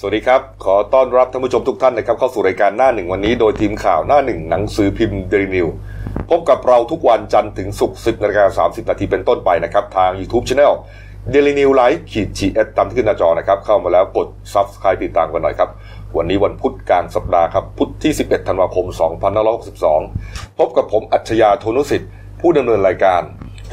สวัสดีครับ ขอต้อนรับท่านผู้ชมทุกท่านนะครับเข้าสู่รายการหน้าหนึ่งวันนี้โดยทีมข่าวหน้าหนึ่งหนังสือพิมพ์เดลินิวพบกับเราทุกวันจันทร์ถึงศุกร์10นาฬิกา30 นาทีเป็นต้นไปนะครับ ทาง YouTube Channel เดลินิวไลฟ์ขีดจีเอสตามที่ขึ้นหน้าจอนะครับ เข้ามาแล้วกด Subscribe ติดตามกันหน่อยครับ วันนี้วันพุธกลางสัปดาห์ครับ พุธที่ 11 ธันวาคม 2562 พบกับผมอัจฉริยะโทนุสิทธิ์ผู้ดำเนินรายการ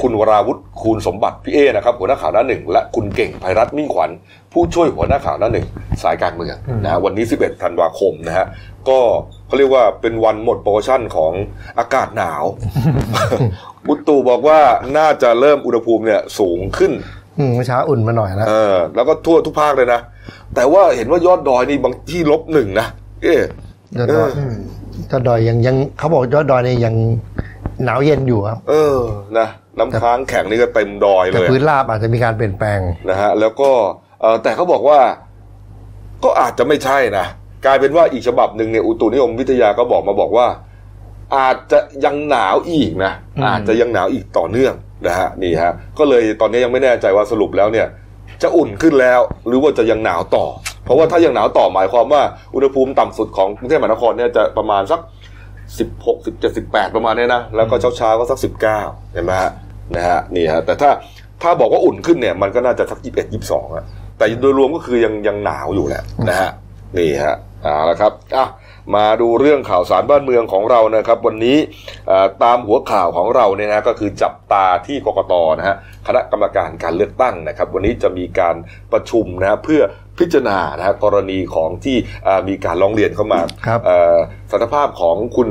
คุณวราวุฒิคูณสมบัติพี่เอนะครับหัวหน้าข่าวหน้าหนึ่งและคุณเก่งภัยรัตน์มิ่งขวัญ ผู้ช่วยหัวหน้าข่าวหน้าหนึ่งสายการเมืองนะฮะวันนี้ 11 ธันวาคมนะฮะก็เขาเรียกว่าเป็นวันหมดโปรโมชั่นของอากาศหนาว อุตุบอกว่าน่าจะเริ่มอุณหภูมิเนี่ยสูงขึ้น อืมเมื่อเช้าอุ่นมาหน่อยนะ เออแล้วก็ทั่วทุกภาคเลยนะ แต่ว่าเห็นว่ายอดดอยนี่บางที่ลบหนึ่งนะเอ๊ะ ยอดดอย เออ ยอดดอยยังยังเขาบอกยอดดอยเนี่ยยังหนาวเย็นอยู่ครับ เออนะน้ำค้างแข็งนี่ก็เต็มดอยเล แต่ ย พื้นราบอาจจะมีการเปลี่ยนแปลง นะฮะแล้วก็เอ่อแต่เขาบอกว่าก็อาจจะไม่ใช่นะ กลายเป็นว่าอีกฉบับหนึ่งเนี่ยอุตุนิยมวิทยาก็บอกมาบอกว่า อาจจะยังหนาวอีกนะ อืม อาจจะยังหนาวอีกต่อเนื่องนะฮะนี่ฮะก็เลยตอนนี้ยังไม่แน่ใจว่าสรุปแล้วเนี่ย จะอุ่นขึ้นแล้วหรือว่าจะยังหนาวต่อ เพราะว่าถ้ายังหนาวต่อหมายความว่าอุณหภูมิต่ำสุดของกรุงเทพมหานครเนี่ยจะประมาณสัก สิบหกสิบเจ็ดสิบแปดประมาณเนี้ยนะ แล้วก็เช้าเช้าๆก็สักสิบเก้าเห็นไหมฮะนะฮะนี่ฮะแต่ถ้าถ้าบอกว่าอุ่นขึ้นเนี่ยมันก็น่าจะสักยี่สิบเอ็ดยี่สิบสองอะแต่โดยรวมก็คือยังยังหนาวอยู่แหละนะฮะนี่ฮะเอาละครับอ่ะมาดูเรื่องข่าวสารบ้านเมืองของเรานะครับ วันนี้เอ่อตามหัวข่าวของเราเนี่ยนะก็คือจับตาที่กกตนะฮะคณะกรรมการการเลือกตั้งนะครับ วันนี้จะมีการประชุมนะฮะเพื่อพิจารณานะฮะกรณีของที่เอ่อมีการร้องเรียนเข้ามา ครับ เอ่อสันตภาพของคุณ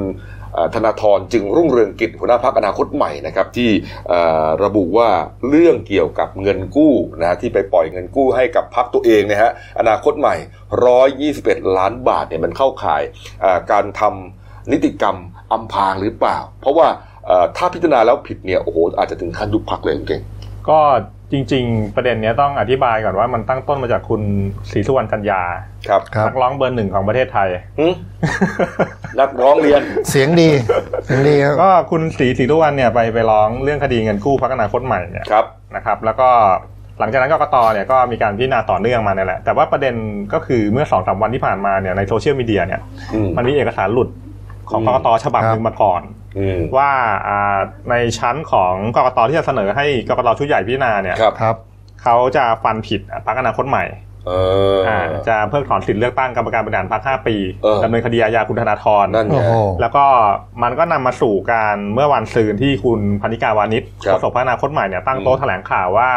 เอ่อธนาธรจึงรุ่งเรืองกิจหัวหน้าพักอนาคตใหม่นะครับที่เอ่อระบุว่าเรื่องเกี่ยวกับเงินกู้นะฮะที่ไปปล่อยเงินกู้ให้กับพักตัวเองเนะฮะอนาคตใหม่ 121 ล้านบาทเนี่ยมันเข้าข่ายเอ่อการทำนิติกรรมอำพรางหรือเปล่า เพราะว่าเอ่อถ้าพิจารณาแล้วผิดเนี่ยโอ้โหอาจจะถึงขั้นยุบพักเลยคุณเก่ง ก็จริง ๆ ประเด็นเนี้ยต้องอธิบายก่อนว่ามันตั้งต้นมาจากคุณศรีสุวรรณจันยา ครับ ครับ นักร้องเบอร์หนึ่งของประเทศไทย หึ นักร้องเรียน เสียงดี เสียงดีครับ ก็คุณศรีศรีสุวรรณเนี่ยไปไปร้องเรื่องคดีเงินกู้พักอนาคตใหม่เนี่ย ครับ นะครับ แล้วก็หลังจากนั้นกกตเนี่ยก็มีการพิจารณาต่อเนื่องมาเนี่ยแหละ แต่ว่าประเด็นก็คือเมื่อสองสามวันที่ผ่านมาเนี่ยในโซเชียลมีเดียเนี่ย อืม มันมีเอกสารหลุดของ อืม กกตฉบับหนึ่งมาก่อน อืม ว่าอ่าในชั้นของกกตที่จะเสนอให้กกตชุดใหญ่พิจารณาเนี่ย ครับ ครับ เขาจะฟันผิดพักอนาคตใหม่ เอออ อ่าจะเพิกถอนสิทธิ์เลือกตั้งกรรมการบริหารพรรค5ปี เออ ดำเนินคดีอาญาคุณธนาธร นั่นไง โอ้โห แล้วก็มันก็นำมาสู่การเมื่อวันซืนที่คุณพนิกาวานิช ครับ โฆษกพัฒนาคตใหม่เนี่ยตั้งโต๊ะแถลงข่าวว่า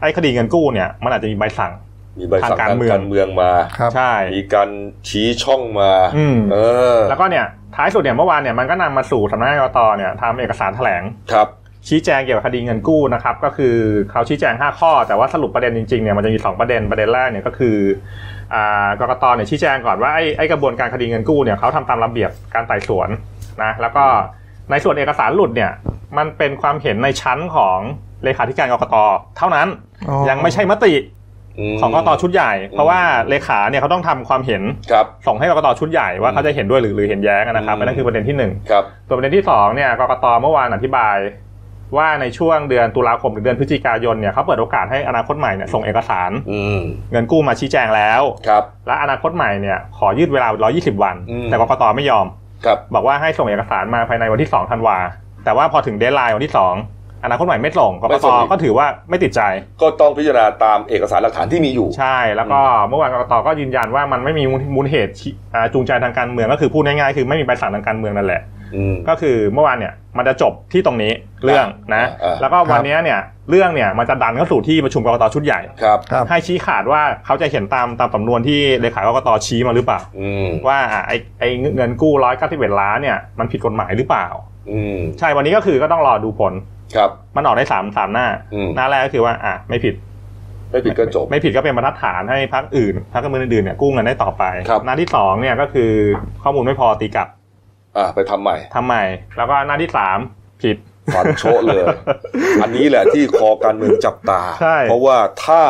ไอ้คดีเงินกู้เนี่ยมันอาจจะมีใบสั่ง มีใบสั่ง ทาง กา การ ร เ เมือง มืองมา ครับ ใช่ มีการชี้ช่องมา อืม เออ แล้วก็เนี่ยท้ายสุดเนี่ยเมื่อวานเนี่ยมันก็นำมาสู่สำนักงานกตเนี่ยทำเอกสารแถลง ครับ ชี้แจงเกี่ยวกับคดีเงินกู้นะครับก็คือเขาชี้แจง 5 ข้อ แต่ว่าสรุปประเด็นจริงๆเนี่ยมันจะมี 2 ประเด็นประเด็นแรกเนี่ยก็คืออ่ากรกตเนี่ยชี้แจงก่อนว่าไอ้ไอ้กระบวนการคดีเงินกู้เนี่ยเขาทำตามระเบียบการไต่สวนนะแล้วก็ในส่วนเอกสารหลุดเนี่ยมันเป็นความเห็นในชั้นของเลขาธิการกรกตเท่านั้น อ๋อ ยังไม่ใช่มติ ม ของกรกตชุดใหญ่ เพราะว่าเลขาเนี่ยเขาต้องทำความเห็น ครับ ส่งให้กรกตชุดใหญ่ว่าเขาจะเห็นด้วยหรือหรือเห็นแย้งนะครับ อืม อันนั่นคือประเด็นที่หนึ่ง ครับ ส่วนประเด็นที่สองเนี่ยกกตเมื่อวานอธิบาย ว่าในช่วงเดือนตุลาคมถึงเดือนพฤศจิกายนเนี่ยเขาเปิดโอกาสให้อนาคตใหม่เนี่ยส่งเอกสาร อืม เงินกู้มาชี้แจงแล้ว ครับ และอนาคตใหม่เนี่ยขอยืดเวลา 120 วัน อืม แต่กกตไม่ยอม ครับ บอกว่าให้ส่งเอกสารมาภายในวันที่2ธันวาแต่ว่าพอถึงเดทไลน์วันที่ 2 อนาคตใหม่ไม่ส่งก ไม่ ก ส่ ต งอีก ก็ถือว่าไม่ติดใจ ก็ต้องพิจารณาตามเอกสารหลักฐานที่มีอยู่ ใช่แล้วก็เมื่อวานกกตก็ยืนยันว่ามันไม่มีมูลเหตุที่อ่าจูงใจทางการเมืองก็คือพูดง่ายๆคือไม่มีใบสั่งทางการเมืองนั่นแหละ อืม ก็คือเมื่อวานเนี่ยมันจะจบที่ตรงนี้เรื่องนะ อ่าอ่า แล้วก็วันเนี้ยเนี่ยเรื่องเนี่ยมันจะดันเข้าสู่ที่ประชุมกรกตชุดใหญ่ ครับ ครับ ให้ชี้ขาดว่าเขาจะเห็นตามตามสำนวนที่เลขากรกตชี้มาหรือเปล่า อืม ว่าอ่ะไอไอเงินกู้ร้อยเก้าสิบเอ็ดล้านเนี่ยมันผิดกฎหมายหรือเปล่า อืม ใช่วันนี้ก็คือก็ต้องรอดูผล ครับ มันออกได้สามสามหน้า อืม หน้าแรกก็คือว่าอ่ะไม่ผิด ไม่ผิดก็จบ ไม่ผิดก็เป็นบรรทัดฐานให้พรรคอื่นพรรคการเมืองอื่นๆเนี่ยกู้เงินได้ต่อไป ครับ หน้าที่สองเนี่ยก็คือข้อมูลไม่พอตีกลับ อ่าไปทำใหม่ ทำใหม่ แล้วก็หน้าที่สามผิด ฟันโชะ เลย อันนี้แหละที่คอการเมืองจับตา ใช่ เพราะว่าถ้า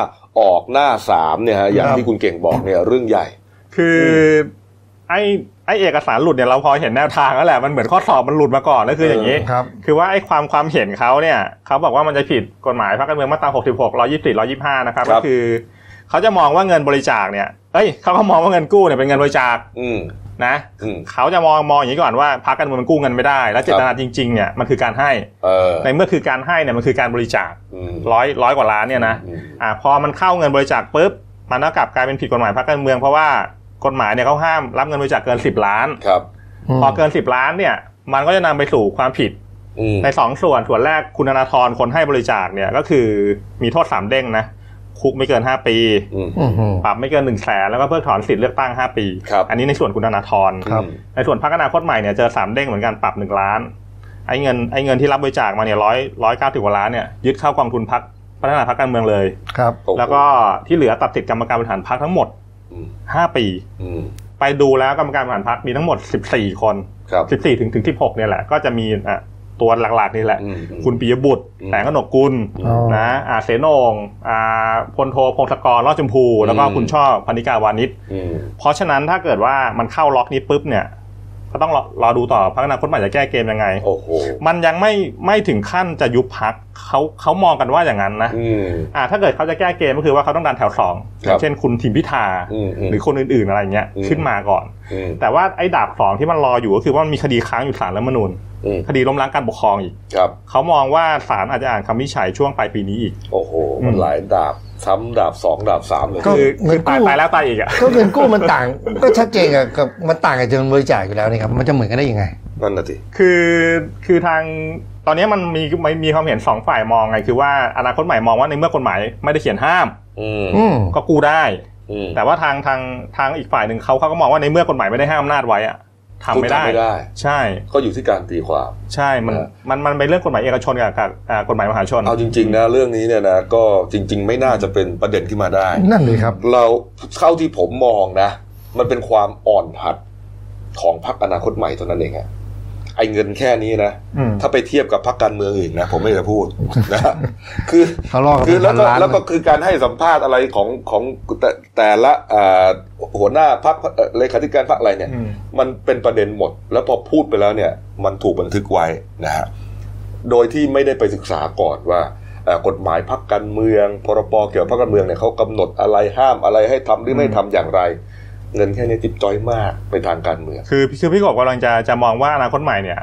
ออกหน้าสามเนี่ยฮะอย่างที่คุณเก่งบอกเนี่ยเรื่องใหญ่ คืออไอ้ไอ้เอกสารหลุดเนี่ยเราพอเห็นแนวทางแล้วแหละมันเหมือนข้อสอบมันหลุดมาก่อนก็คืออย่างนี้ ครับ คือว่าไอ้ความความเห็นเขาเนี่ยเขาบอกว่ามันจะผิดกฎหมายพรรคการเมืองมาตรา 66 124 125 นะครับ ครั ก็ บ คือเขาจะมองว่าเงินบริจาคเนี่ย เอ้ยเขาก็มองว่าเงินกู้เนี่ยเป็นเงินบริจาค อืม นะ อืม เขาจะมองมองอย่างนี้ก่อนว่าพรรคการเมืองมันกู้เงินไม่ได้ และเจตนาจริงๆเนี่ยมันคือการให้ เออ ในเมื่อคือการให้เนี่ยมันคือการบริจาค อืม ร้อยร้อยกว่าล้านเนี่ยนะ อืม อ่าพอมันเข้าเงินบริจาคปุ๊บมันก็กลับกลายเป็นผิดกฎหมายพรรคการเมืองเพราะว่ากฎหมายเนี่ยเขาห้ามรับเงินบริจาคเกิน 10 ล้าน ครับ ม พอเกิน 10 ล้านเนี่ยมันก็จะนำไปสู่ความผิด อืม ใน 2 ส่วนส่วนแรกคุณธนาธรคนให้บริจาคเนี่ยก็คือมีโทษ 3 เด้งนะคุกไม่เกิน 5 ปี อืม อื้อหือ ปรับไม่เกิน1นึ่งแสนแล้วก็เพิกถอนสิทธิ์เลือกตั้ง 5 ปี ครับ อันนี้ในส่วนคุณธนาธร ครับ ในส่วนพรรคอนาคตใหม่เนี่ยเจอสามเด้งเหมือนกันปรับ 1 ล้านไอ้เงินไอ้เงินที่รับบริจาคมาเนี่ยร้อยร้อยเก้าสิบกว่าล้านเนี่ยยึดเข้ากองทุนพรรคพัฒนาพรรคการเมืองเลย ครับ โอ้โห แล้วก็ที่เหลือตัดติดกรรมการบริหารพรรคทั้งหมด อืม 5 ปี อืม ไปดูแล้วกรรมการบริหารพรรคมีทั้งหมด 14 คน ครับ 14 ถึงถึง16เนี่ยแหละ ก็จะมีอ่ะตัวหลักๆนี่แหละ อืมอืม คุณปิยบุตร อืม แสงกนกกุล อ๋อ นะอาเสนงอ่าพลโทพงศกรรอดชมพู แล้วก็คุณช่อพนิกาวานิช อืม เพราะฉะนั้นถ้าเกิดว่ามันเข้าล็อกนี้ปุ๊บเนี่ย ก็ต้องรอรอดูต่อพรรคอนาคตใหม่จะแก้เกมยังไง โอ้โห มันยังไม่ไม่ถึงขั้นจะยุบพักเขาเขามองกันว่าอย่างนั้นนะ อืม อ่าถ้าเกิดเขาจะแก้เกมก็คือว่าเขาต้องดันแถวสอง ครับ อย่างเช่นคุณทิมพิธา อืมอืม หรือคนอื่นๆอะไรเงี้ย อืม ขึ้นมาก่อน อืม แต่ว่าไอ้ดาบสองที่มันรออยู่ก็คือว่ามันมีคดีค้างอยู่ศาลรัฐธรรมนูญ อืม คดีล้มล้างการปกครองอีก ครับ เขามองว่าศาลอาจจะอ่านคำวินิจฉัยช่วงปลายปีนี้อีก โอ้โหมัน อืม หลายดาบซ้ำดาบสองดาบสามเลย ก็ คือ เงิ คื น อ กู้ ตายตายแล้วตายอีกอ่ะ ก็เงินกู้มันต่าง ก็ชัดเจนกับกับมันต่างกับจำนวนบริจาคอยู่แล้วนี่ครับมันจะเหมือนกันได้ยังไง นั่นน่ะสิ คือคือทางตอนนี้มันมีมีมีความเห็นสองฝ่ายมองไงคือว่าอนาคตใหม่มองว่าในเมื่อกฎหมายไม่ได้เขียนห้าม อืม อืม ก็กู้ได้ อืม แต่ว่าทางทางทางอีกฝ่ายหนึ่งเขาเขาก็มองว่าในเมื่อกฎหมายไม่ได้ห้ามอำนาจไว้อะทำไม่ได้ พูไม่ได้ ใช่ ก็อยู่ที่การตีความ ใช่ มัน เออ มัน มันเป็นเรื่องกฎหมายเอกชนกับกับอ่ากฎหมายมหาชน เอาจริง ๆ นะเรื่องนี้เนี่ยนะก็จริง ๆ ไม่น่าจะเป็นประเด็นขึ้นมาได้ นั่นเลยครับ เราเข้าที่ผมมองนะ มันเป็นความอ่อนหัดของพรรคอนาคตใหม่เท่านั้นเองอะไอ้เงินแค่นี้นะ อืม ถ้าไปเทียบกับพรรคการเมืองอื่นนะ ผมไม่จะพูดนะ คือ เขาลอกกัน คือแล้วก็ เป็นพันล้าน แล้วก็คือการให้สัมภาษณ์อะไรของของแต่แต่ละอ่าหัวหน้าพรรคเอ่อเลขาธิการพรรคอะไรเนี่ย อืม มันเป็นประเด็นหมด แล้วพอพูดไปแล้วเนี่ย มันถูกบันทึกไว้นะฮะโดยที่ไม่ได้ไปศึกษาก่อนว่าเอ่อกฎหมายพักการเมือง พรบเกี่ยวกับพักการเมืองเนี่ยเขากำหนดอะไรห้ามอะไรให้ทำหรือไม่ทำอย่างไร เงินแค่นี้จิบจ้อยมากไปทางการเมือง คือ คือพี่กบกำลังจะ จะมองว่าอนาคตใหม่เนี่ย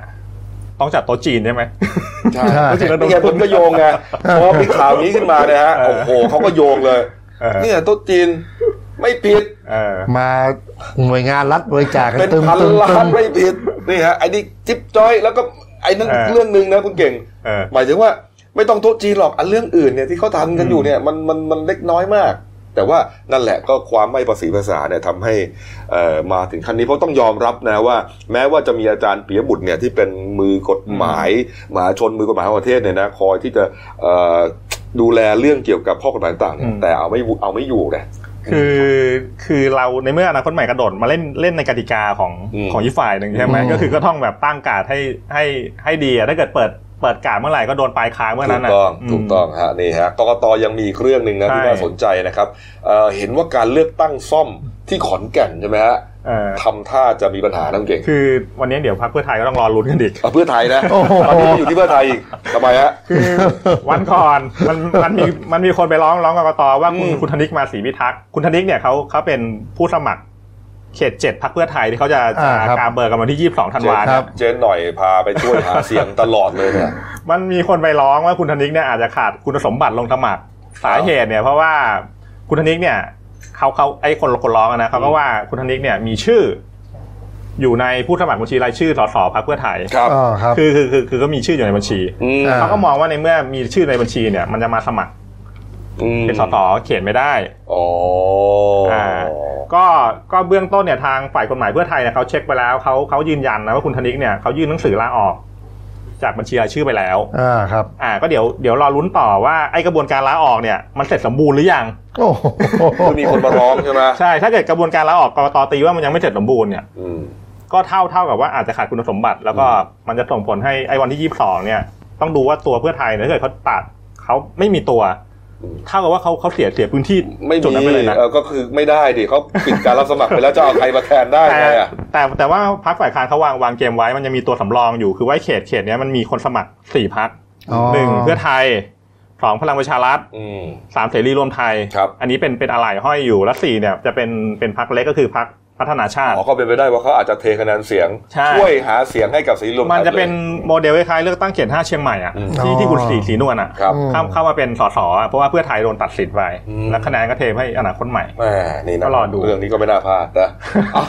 ต้องจัดโต๊ะจีนใช่ไหม ใช่ ใช่ ไม่ใช่ไม่ใช่ผมก็โยงไงพอมีข่าวนี้ขึ้นมาเนี่ยฮะโอ้โหเขาก็โยงเลย เออ เนี่ยโต๊ะจีนไม่ผิด เออ มาหน่วยงานรัฐบริจาคกัน เป็น ตึม พัน ตึม ล้า ตึ น ม ไม่ผิดนี่ฮะไอ้นี่จิ๊บจ้อยแล้วก็ไอ้นั่น เออ เรื่องหนึ่งนะคุณเก่ง เออ หมายถึงว่าไม่ต้องโต๊ะจีนหรอกอันเรื่องอื่นเนี่ยที่เขาทำกันอยู่เนี่ยมันมันมันเล็กน้อยมาก แต่ว่านั่นแหละก็ความไม่ประสีภาษาเนี่ยทำให้เอ่อมาถึงขั้นนี้เพราะต้องยอมรับนะว่า แม้ว่าจะมีอาจารย์ปิยบุตรเนี่ยที่เป็นมือกฎหมายมหาชนมือกฎหมายของประเทศเนี่ยนะคอยที่จะเอ่อดูแลเรื่องเกี่ยวกับข้อกฎหมายต่างๆเนี่ย อืม แต่เอาไม่อยู่เอาไม่อยู่นะ คือ คือเราในเมื่ออนาคตใหม่กระโดดมาเล่น เล่นในกติกาของ อืม ของอีกฝ่ายหนึ่งใช่ไหม อืม ก็คือก็ต้องแบบตั้งการดให้ ให้ ให้ดีอะถ้าเกิดเปิด เปิดการดเมื่อไหร่ก็โดนปลายค้างเมื่อ ถู นั้น ก นะ ต้องถูกต้องฮะนี่ฮะกกตยังมีอีกเรื่องหนึ่งนะที่ ใช่ น่าสนใจนะครับเอ่อเห็นว่าการเลือกตั้งซ่อมที่ขอนแก่นใช่ไหมฮะ เออ ทำท่าจะมีปัญหานะคุณเก่ง คือวันนี้เดี๋ยวพรรคเพื่อไทยก็ต้องรอลุ้นกันอีก เอาเพื่อไทยนะ โอ้โห ตอนนี้ไม่อยู่ที่เพื่อไทยอีกทำไมฮะ คือวันก่อนมันมันมีมันมีคนไปร้องร้องกกตว่าคุณ อืม คุณธนิกมาศรีพิทักษ์คุณธนิกเนี่ยเขาเขาเป็นผู้สมัครเขตเจ็ดพักเพื่อไทยที่เขาจะจะ อ่าครับ กาเบอร์กันวันที่ยี่สิบสองธัน เจน วา ค เนี่ รับ ย เจนหน่อยพาไปช่วยหาเสียงตลอดเลยเนี่ย มันมีคนไปร้องว่าคุณธนิกเนี่ยอาจจะขาดคุณสมบัติลงสมัครสาเหตุเนี่ยเพราะว่าคุณธนิกเนี่ยเขาเขาไอ้คนคนร้องอะนะเขาก็ว่าคุณธนิกเนี่ยมีชื่อ อยู่ในผู้สมัครบัญชีรายชื่อสสพักเพื่อไทย ครับ อ๋อครับ คือคือคือคือก็มีชื่ออยู่ในบัญชี อืม อ่า เขาก็มองว่าในเมื่อมีชื่อในบัญชีเนี่ย มันจะมาสมัครเป็นสสเขตไม่ได้ อ๋ออ่า ก็ก็เบื้องต้นเนี่ยทางฝ่ายกฎหมายเพื่อไทยเนี่ยเขาเช็คไปแล้วเขาเขายืนยันนะว่าคุณธนิกเนี่ยเขายื่นหนังสือลาออก จากบัญชีรายชื่อไปแล้ว อ่าครับ อ่า ก็เดี๋ยวเดี๋ยวรอลุ้นต่อว่าไอกระบวนการลาออกเนี่ยมันเสร็จสมบูรณ์หรือยัง โอ้โห คือมีคนมาร้องใช่ไหม ใช่ถ้าเกิดกระบวนการลาออกกรกตตีว่ามันยังไม่เสร็จสมบูรณ์เนี่ย อืม ก็เท่าเท่ากับว่าอาจจะขาดคุณสมบัติ แล้วก็มันจะส่งผลให้ไอวันที่ยี่สิบสองเนี่ยต้องดูว่าตัวเพื่อไทยเนี่ยถ้าเกิดเขาตัดเขาไม่มีตัว อืม เท่ากับว่าเขาเขาเสียเสียพื้นที่ ไม่ จุด มี นั้นไปเลยนะ เออก็คือไม่ได้ดิเขาปิดการรับสมัครไปแล้วจะเอาใครมาแทนได้ แต่ ไงอ่ะ แต่แต่ว่าพักฝ่ายค้านเขาวางวางเกมไว้มันยังมีตัวสำรองอยู่คือว่าเขตเขตเนี้ยมันมีคนสมัครสี่พัก อ๋อ หนึ่งเพื่อไทย ของพลังประชารัฐ อืม สามเสรีรวมไทย ครับ อันนี้เป็นเป็นอะไรห้อยอยู่และสี่เนี่ยจะเป็นเป็นพักเล็กก็คือพักพัฒนาชาติ อ๋อก็เป็นไปได้ว่าเขาอาจจะเทคะแนนเสียง ใช่ ช่วยหาเสียงให้กับสีลม มันจะ ไทยลย เป็นโมเดลคล้ายๆเลือกตั้งเขตห้าเชียงใหม่อ่ะ อืม ที่ที่คุณสีสีนวลอ่ะ ครับ อืม เข้าเข้ามาเป็นสสอะเพราะว่าเพื่อไทยโดนตัดสิทธิ์ไป อืม และคะแนนก็เทให้อนาคตใหม่ แหมนี่นะ ก็รอดู เรื่องนี้ก็ไม่น่าพลาดนะเอา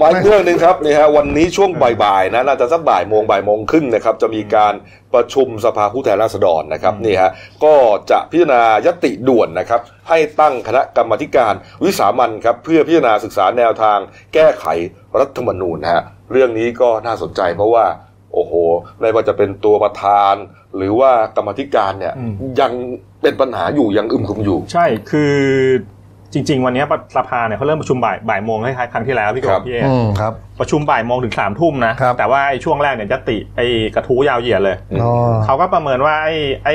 มาอีกเรื่องหนึ่งครับนี่ฮะวันนี้ช่วงบ่ายๆนะน่าจะสักบ่ายโมงบ่ายโมงครึ่งนะครับจะมีการประชุมสภาผู้แทนราษฎรนะครับนี่ฮะก็จะพิจารณายติด่วนนะครับให้ตั้งคณะกรรมาธิการวิสามันครับเพื่อพิจารณาศึกษาแนวทางแก้ไขรัฐธรรมนูญนะฮะเรื่องนี้ก็น่าสนใจเพราะว่า โอ้โหไม่ว่าจะเป็นตัวประธาน หรือว่ากรรมาธิการเนี่ย อืม ยังเป็นปัญหาอยู่ยังอึมครึมอยู่ ใช่คือจริง ๆ วันเนี้ยสภาเนี่ยเขาเริ่มประชุมบ่ายบ่ายโมงคล้ายๆครั้งที่แล้วพี่ก ครับ บ พี่เอ อืมครับ ประชุมบ่ายโมงถึงสามทุ่มนะ ครับ แต่ว่าไอ้ช่วงแรกเนี่ยยตติไอ้กระทู้ยาวเหยียดเลย อ๋อ เขาก็ประเมินว่าไอ้ไอ้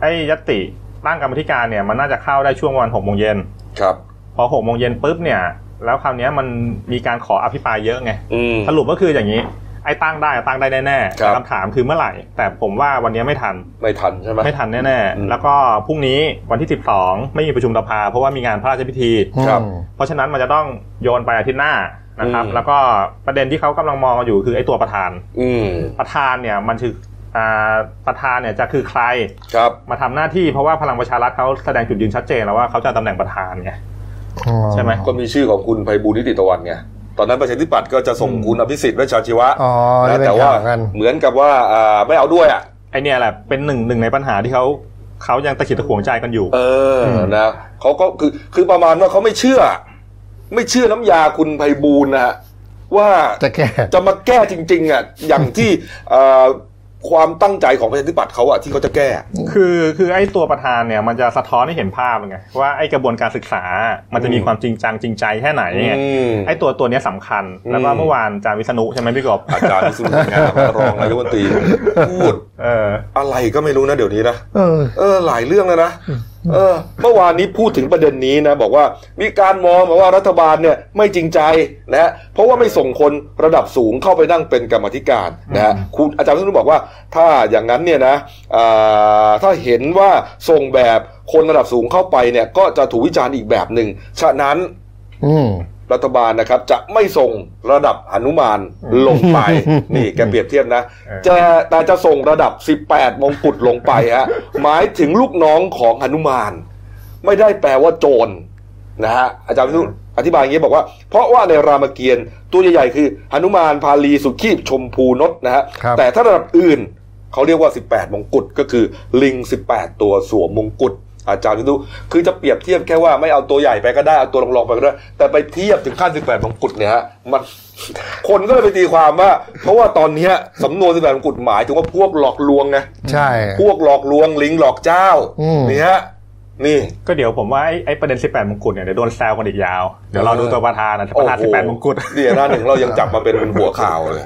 ไอ้ยตติตั้งกรรมธิการเนี่ยมันน่าจะเข้าได้ช่วงวันหกโมงเย็น ครับ พอหกโมงเย็นปุ๊บเนี่ยแล้วคราวเนี้ยมันมีการขออภิปรายเยอะไง อืม สรุปก็คืออย่างนี้ ไอ้ตั้งได้อะตั้งได้แน่ๆ ครับแต่คำถามคือเมื่อไหร่ แต่ผมว่าวันเนี้ยไม่ทัน ไม่ทันใช่ไหม ไม่ทันแน่ อืม ๆ แล้วก็พรุ่งนี้วันที่ 12 ไม่มีประชุมสภา เพราะว่ามีงานพระราชพิธี ครับ เพราะฉะนั้นมันจะต้องโยนไปอาทิตย์หน้านะครับ อืม แล้วก็ประเด็นที่เขากำลังมองกันอยู่คือไอ้ตัวประธาน อืม ประธานเนี่ยมันคืออ่าประธานเนี่ยจะคือใคร ครับ มาทำหน้าที่เพราะว่าพลังประชารัฐเขาแสดงจุดยืนชัดเจนแล้วว่าเขาจะตำแหน่งประธานไง อื ใช่ไหม ก็มีชื่อของคุณไพบูลย์นิติตะวันไง ตอนนั้นประชาธิปัตย์ก็จะส่ง อืม คุณอภิสิทธิ์เวชชาชีวะ อ๋อ นะ ที่เป็น แต่ว่า ข่าวกัน เหมือนกับว่าอ่าไม่เอาด้วยอ่ะ ไอเนี่ยแหละเป็นหนึ่งหนึ่งในปัญหาที่เขาเขายังตะขิดตะขวงใจกันอยู่ เอออ ม นะเขาก็คือคือประมาณว่าเขาไม่เชื่อ ไม่เชื่อน้ำยาคุณไพบูลย์นะฮะว่า จะแก้ จะมาแก้จริง ๆอ่ะอย่างที่อ่าความตั้งใจของประชาธิปัตย์เขาอ่ะที่เขาจะแก้ คือคือไอ้ตัวประธานเนี่ยมันจะสะท้อนให้เห็นภาพไงว่าไอ้กระบวนการศึกษา มันจะมี อืม ความจริงจังจริงใจแค่ไหนไง อืม ไอ้ตัวตัวเนี้ยสำคัญ แล้วก็ อืม เมื่อวานอาจารย์วิษณุใช่ไหมพี่กบ อาจารย์วิสุทธิ์งามรองนายกรัฐมนตรีพูด เออ อะไรก็ไม่รู้นะเดี๋ยวนี้นะ เออ เออหลายเรื่องแล้วนะเออเมื่อวานนี้พูดถึงประเด็นนี้นะ บอกว่ามีการมองบอกว่ารัฐบาลเนี่ยไม่จริงใจนะฮะเพราะว่าไม่ส่งคนระดับสูงเข้าไปนั่งเป็นกรรมาธิการนะฮะคุณอาจารย์วิษณุบอกว่าถ้าอย่างนั้นเนี่ยนะอ่าถ้าเห็นว่าส่งแบบคนระดับสูงเข้าไปเนี่ยก็จะถูกวิจารณ์อีกแบบหนึ่งฉะนั้น อืม รัฐบาลนะครับจะไม่ส่งระดับหนุมานลงไป นี่แกเปรียบเทียบนะ จะแต่จะส่งระดับ 18 มงกุฎลงไปฮะ หมายถึงลูกน้องของหนุมาน ไม่ได้แปลว่าโจรนะฮะอาจารย์วิษณุอธิบายอย่างนี้บอกว่า เพราะว่าในรามเกียรติ์ตัวใหญ่ๆคือหนุมานพาลีสุขีบชมพูนศนะฮะ ครับ แต่ถ้าระดับอื่นเขาเรียกว่า 18 มงกุฎก็คือลิง 18 ตัวสวมมงกุฎอาจารย์วิษณุคือจะเปรียบเทียบแค่ว่าไม่เอาตัวใหญ่ไปก็ได้เอาตัวรองๆไปก็ได้แต่ไปเทียบถึงขั้น 18 มงกุฎเนี่ยฮะมัน คนก็เลยไปตีความว่า เพราะว่าตอนเนี้ยสำนวนสิบแปดมงกุฎหมายถึงว่าพวกหลอกลวงไง ใช่ พวกหลอกลวงลิงหลอกเจ้า อืม นี่ฮะนี่ ก็เดี๋ยวผมว่าไอ้ไอ้ประเด็น 18 มงกุฎเนี่ยเดี๋ยวโดนแซวกันอีกยาว เดี๋ยวเราดูตัวประธานนะประธาน โอ้โห 18 มงกุฎ เนี่ยหน้าหนึ่งเรายังจับมาเป็นหัวข่าว เลย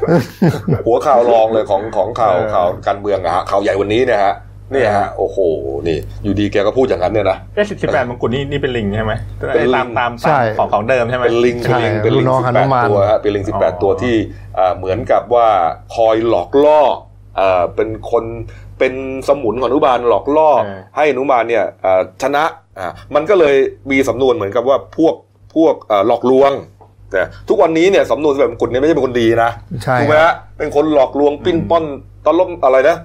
หัวข่าวรองเลยของของข่าว เออ ข่าวการเมืองอะฮะข่าวใหญ่วันนี้เนี่ยฮะเนี่ยฮะโอ้โหนี่ อยู่ดีแกก็พูดอย่างนั้นเนี่ยนะ ไอ้18 มงกุฎนี่นี่เป็นลิงใช่ไหม เป็นลิง ตามตาม ใช่ ตามของของเดิมใช่ไหม เป็นลิง ใช่ เป็นลิงเป็นลิงลูกน้อง สิบ ห แป นุ ด มาน ตัวฮะเป็นลิงสิบแปดตัวที่อ่าเหมือนกับว่าคอยหลอกล่ออ่าเป็นคนเป็นสมุนของอนุบาลหลอกล่อ ให้อนุมานเนี่ยอ่าชนะอ่ามันก็เลยมีสำนวนเหมือนกับว่าพวกพวกอ่าหลอกลวง แต่ทุกวันนี้เนี่ยสำนวนแบบมงกุฎเนี่ยไม่ใช่เป็นคนดีนะ ใช่ ถูกไหมฮะเป็นคนหลอกลวงปิ้นป้อนตะล่มอะไรนะ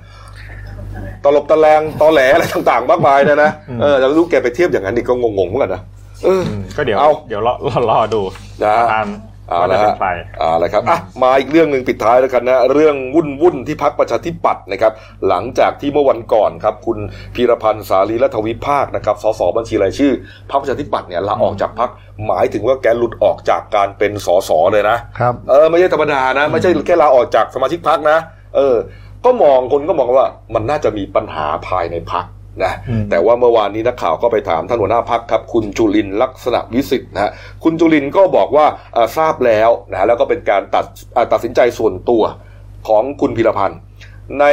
ตลบตะแลงตอแหลอะไรต่างๆมากมายเนะนะเออแต่ไม่รู้แกไปเทียบอย่างนั้นดิก็งงๆเหมือนกันนะเออ อืมก็เดี๋ยว เอา เดี๋ยวรอรอรอดู นะฮะประธาน เอา ว่า ละ จะเป็ ฮะ นใคร เอาละครับอ่ะมาอีกเรื่องหนึ่งปิดท้ายแล้วกันนะเรื่องวุ่นวุ่นๆที่พักประชาธิปัตย์นะครับ หลังจากที่เมื่อวันก่อนครับคุณพีรพันธ์สารีรัฐวิภาคนะครับสสบัญชีรายชื่อพรรคประชาธิปัตย์เนี่ยลาออกจากพักหมายถึงว่าแกหลุดออกจากการเป็นสสเลยนะ ครับ เออไม่ใช่ธรรมดานะ ไม่ใช่แค่ลาออกจากสมาชิกพักนะ เออ ก็มองคนก็มองว่ามันน่าจะมีปัญหาภายในพักนะ อืม แต่ว่าเมื่อวานนี้นักข่าวก็ไปถามท่านหัวหน้าพักครับ คุณจุลินลักษณะวิสิทธ์นะฮะคุณจุลินก็บอกว่าเอ่อทราบแล้วนะแล้วก็เป็นการตัดเอ่อตัดสินใจส่วนตัวของคุณพีรพันธ์ ใน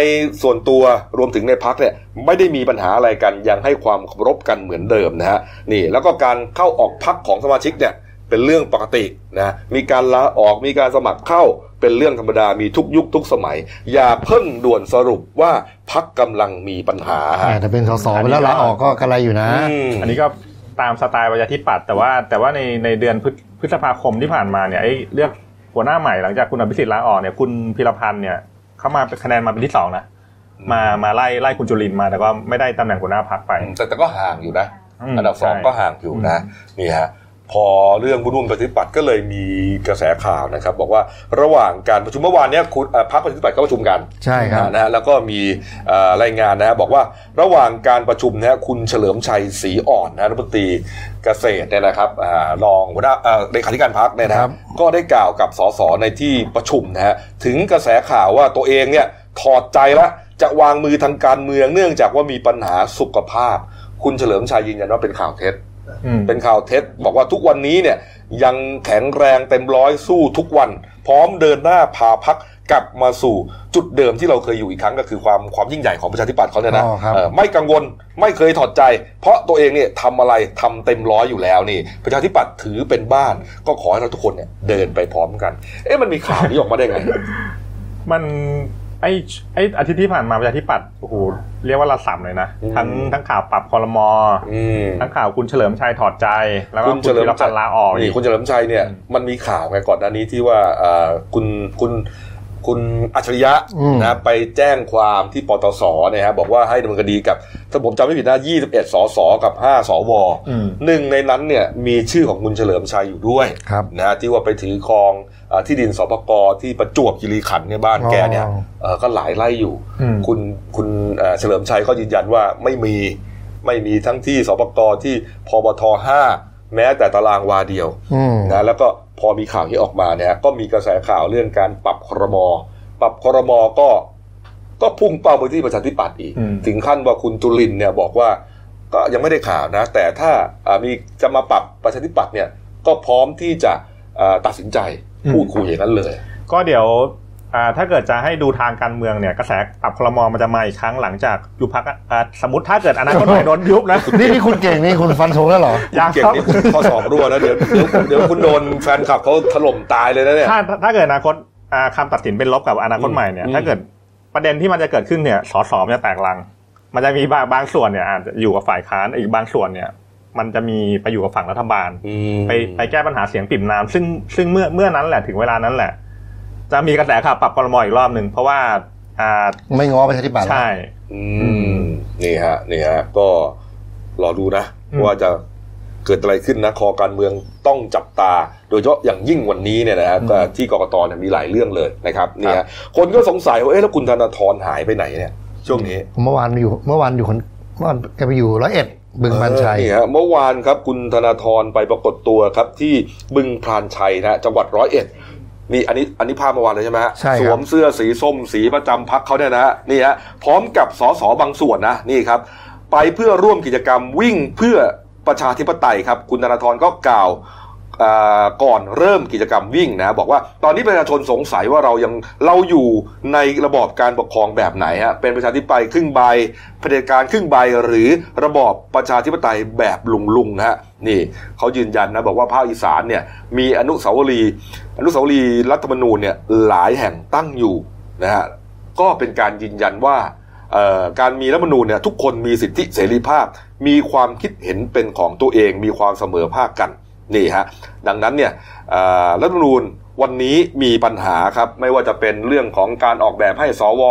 ส่วนตัวรวมถึงในพักเนี่ยไม่ได้มีปัญหาอะไรกันยังให้ความเคารพกันเหมือนเดิมนะฮะนี่แล้วก็การเข้าออกพักของสมาชิกเนี่ย เป็นเรื่องปกตินะมีการลาออกมีการสมัครเข้าเป็นเรื่องธรรมดามีทุกยุคทุกสมัย อย่าเพิ่งด่วนสรุปว่าพักกำลังมีปัญหา อ่าแต่เป็นสส อัน ไป นี้ แล้ว ก็ ลาออกก็กระไรอยู่นะ ม อันนี้ก็ตามสไตล์ประชาธิปัตย์แต่ว่าแต่ว่าในในเดือนพฤษพฤษภาคมที่ผ่านมาเนี่ยไอ้เลือกหัวหน้าใหม่หลังจากคุณอภิสิทธิ์ลาออกเนี่ยคุณพิรพันธ์เนี่ยเขามาคะแนนมาเป็นที่สองนะมามาไล่ไล่คุณจุลินทร์มาแต่ก็ไม่ได้ตำแหน่งหัวหน้าพักไป แต่แต่ก็ห่างอยู่นะ อืม อันดับสอง ใช่ ก็ห่างอยู่นะนี่ฮะพอเรื่องบุญรุ่นปฏิปัติก็เลยมีกระแสข่าวนะครับ บอกว่าระหว่างการประชุมเมื่อวานเนี้ยคุณเอ่อพรรคประชาธิปัตย์ก็ประชุมกัน ใช่ครับ นะฮะแล้วก็มีเอ่อรายงานนะฮะบอกว่าระหว่างการประชุมนะฮะคุณเฉลิมชัยศรีอ่อนนะฮะรัฐมนตรีเกษตรเนี่ยนะครับอ่ารองหัวหน้าเอ่อเลขาธิการพรรคเนี่ยนะ ค ฮะ รับ ก็ได้กล่าวกับสสในที่ประชุมนะฮะถึงกระแสข่าวว่าตัวเองเนี่ยถอดใจละจะวางมือทางการเมืองเนื่องจากว่ามีปัญหาสุขภาพ คุณเฉลิมชัยยืนยันว่าเป็นข่าวเท็จ อืม เป็นข่าวเท็จบอกว่าทุกวันนี้เนี่ยยังแข็งแรงเต็มร้อยสู้ทุกวัน พร้อมเดินหน้าพาพักกลับมาสู่จุดเดิมที่เราเคยอยู่อีกครั้งก็คือความความยิ่งใหญ่ของประชาธิปัตย์เขาเนี่ยนะ อ๋อครับ เอ่อไม่กังวลไม่เคยถอดใจ เพราะตัวเองเนี่ยทำอะไรทำเต็มร้อยอยู่แล้วนี่ ประชาธิปัตย์ถือเป็นบ้าน ก็ขอให้เราทุกคนเนี่ยเดินไปพร้อมกัน เอ๊ะมันมีข่าวนี้ออกมาได้ไง มันไอไออาทิตย์ที่ผ่านมาประชาธิปัตย์โอ้โหเรียกว่าระส่ำเลยนะ อืม ทั้งทั้งข่าวปรับคอรมอ อืม ทั้งข่าวคุณเฉลิมชัยถอดใจ แล้วก็ คุ คุณ ณ เฉลิม พิรพันธ์ ชัย ลาออกอี นี่ ก คุณเฉลิมชัยเนี่ย อืม มันมีข่าวไงก่อนหน้านี้ที่ว่าเอ่อคุณคุณคุณอัจฉริยะ อืม นะไปแจ้งความที่ปตสเนี่ยฮะบอกว่าให้ดำเนินคดีกับถ้าผมจำไม่ผิดนะ21 สสกับ 5 สว อืม หนึ่งในนั้นเนี่ยมีชื่อของคุณเฉลิมชัยอยู่ด้วย ครับ นะฮะที่ว่าไปถือครองเอ่อที่ดินสปกที่ประจวบคีรีขันธ์เนี่ยบ้านแกเนี่ย อ๋อ เอ่อก็หลายไร่อยู่ อืม คุณคุณเอ่อเฉลิมชัยก็ยืนยันว่าไม่มีไม่มีทั้งที่สปกที่พบทห้าแม้แต่ตารางวาเดียว อืม นะแล้วก็พอมีข่าวนี้ออกมาเนี่ยก็มีกระแสข่าวเรื่องการปรับครม ปรับครมก็ก็พุ่งเป้าไปที่ประชาธิปัตย์อีก อืม ถึงขั้นว่าคุณจุลินเนี่ยบอกว่าก็ยังไม่ได้ข่าวนะ แต่ถ้าอ่ามีจะมาปรับประชาธิปัตย์เนี่ยก็พร้อมที่จะอ่าตัดสินใจพูดคุยอย่างนั้นเลย ก็เดี๋ยวอ่าถ้าเกิดจะให้ดูทางการเมืองเนี่ยกระแสปรับคอรมอมันจะมาอีกครั้งหลังจากยุบพักสมมติถ้าเกิดอนาคตใหม่โดนยุบ นะ นี่นี่คุณเก่งนี่คุณฟันธงแล้วเหรอ ยัง เก่ง ครับ นี่ข้อสอบรั่วนะเดี๋ยวเดี๋ยวเดี๋ยวคุณโดนแฟนคลับเขาถล่มตายเลยนะเนี่ย ถ้าถ้าเกิดอนาคตอ่าคำตัดสินเป็นลบกับอนาคตใหม่เนี่ย อืม ถ้าเกิดประเด็นที่มันจะเกิดขึ้นเนี่ยสสมันจะแตกลัง มันจะมีบางบางส่วนเนี่ยอาจจะอยู่กับฝ่ายค้านอีกบางส่วนเนี่ย มันจะมีไปอยู่กับฝั่งรัฐบาล ไปไปแก้ปัญหาเสียงปริ่มน้ำซึ่งซึ่งเมื่อเมื่อนั้นแหละถึงเวลานั้นแหละ จะมีกระแสข่าวปรับคอรมออีกรอบหนึ่งเพราะว่าอ่า ไม่ง้อประชาธิปัตย์แล้ว ใช่ อืมนี่ฮะนี่ฮะก็รอดูนะ อืม ว่าจะเกิดอะไรขึ้นนะ คอการเมืองต้องจับตา โดยเฉพาะอย่างยิ่งวันนี้เนี่ยนะฮะก็ที่กกตเนี่ยมีหลายเรื่องเลยนะครับนี่ฮะคนก็สงสัยว่าเอ๊ะแล้วคุณธนาธรหายไปไหนเนี่ยช่วงนี้ เมื่อวานอยู่เมื่อวานอยู่คนเมื่อวานแกไปอยู่ร้อยเอ็ดบึงบันชัย เออนี่ฮะเมื่อวานครับคุณธนาธรไปปรากฏตัวครับที่บึงพรานชัยนะฮะจังหวัดร้อยเอ็ดนี่อันนี้อันนี้ภาพเมื่อวานเลยใช่ไหมฮะ ใช่ครับ สวมเสื้อสีส้มสีประจำพักเขาเนี่ยนะฮะนี่ฮะพร้อมกับสสบางส่วนนะนี่ครับ ไปเพื่อร่วมกิจกรรมวิ่งเพื่อประชาธิปไตยครับ คุณธนาธรก็กล่าวอ่าก่อนเริ่มกิจกรรมวิ่งนะบอกว่าตอนนี้ประชาชนสงสัยว่าเรายังเราอยู่ในระบอบการปกครองแบบไหนฮะเป็นประชาธิปไตยครึ่งใบเผด็จการครึ่งใบหรือระบอบประชาธิปไตยแบบลุงลุงๆฮะนี่เขายืนยันนะบอกว่าภาคอีสานเนี่ยมีอนุสาวรีย์อนุสาวรีย์รัฐธรรมนูญเนี่ยหลายแห่งตั้งอยู่นะฮะ ก็เป็นการยืนยันว่าเอ่อการมีรัฐธรรมนูญเนี่ยทุกคนมีสิทธิเสรีภาพ มีความคิดเห็นเป็นของตัวเอง มีความเสมอภาคกันนี่ฮะดังนั้นเนี่ยเอ่อรัฐธรรมนูญวันนี้มีปัญหาครับไม่ว่าจะเป็นเรื่องของการออกแบบให้สว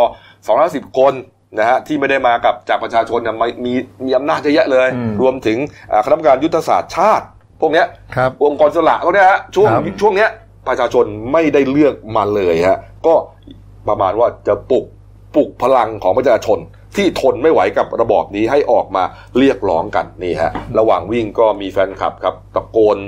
210 คนนะฮะที่ไม่ได้มากับจากประชาชนเนี่ยมีมีมีอำนาจเยอะแยะเลย อืม รวมถึงเอ่อคณะกรรมการยุทธศาสตร์ชาติ พวกเนี้ย ครับ องค์กรสละเขาเนี่ยฮะช่วง ครับ ช่วงเนี้ยประชาชนไม่ได้เลือกมาเลยฮะก็ประมาณว่าจะปลุกปลุกพลังของประชาชน ที่ทนไม่ไหวกับระบอบนี้ให้ออกมาเรียกร้องกันนี่ฮะระหว่างวิ่งก็มีแฟนคลับครับตะโกน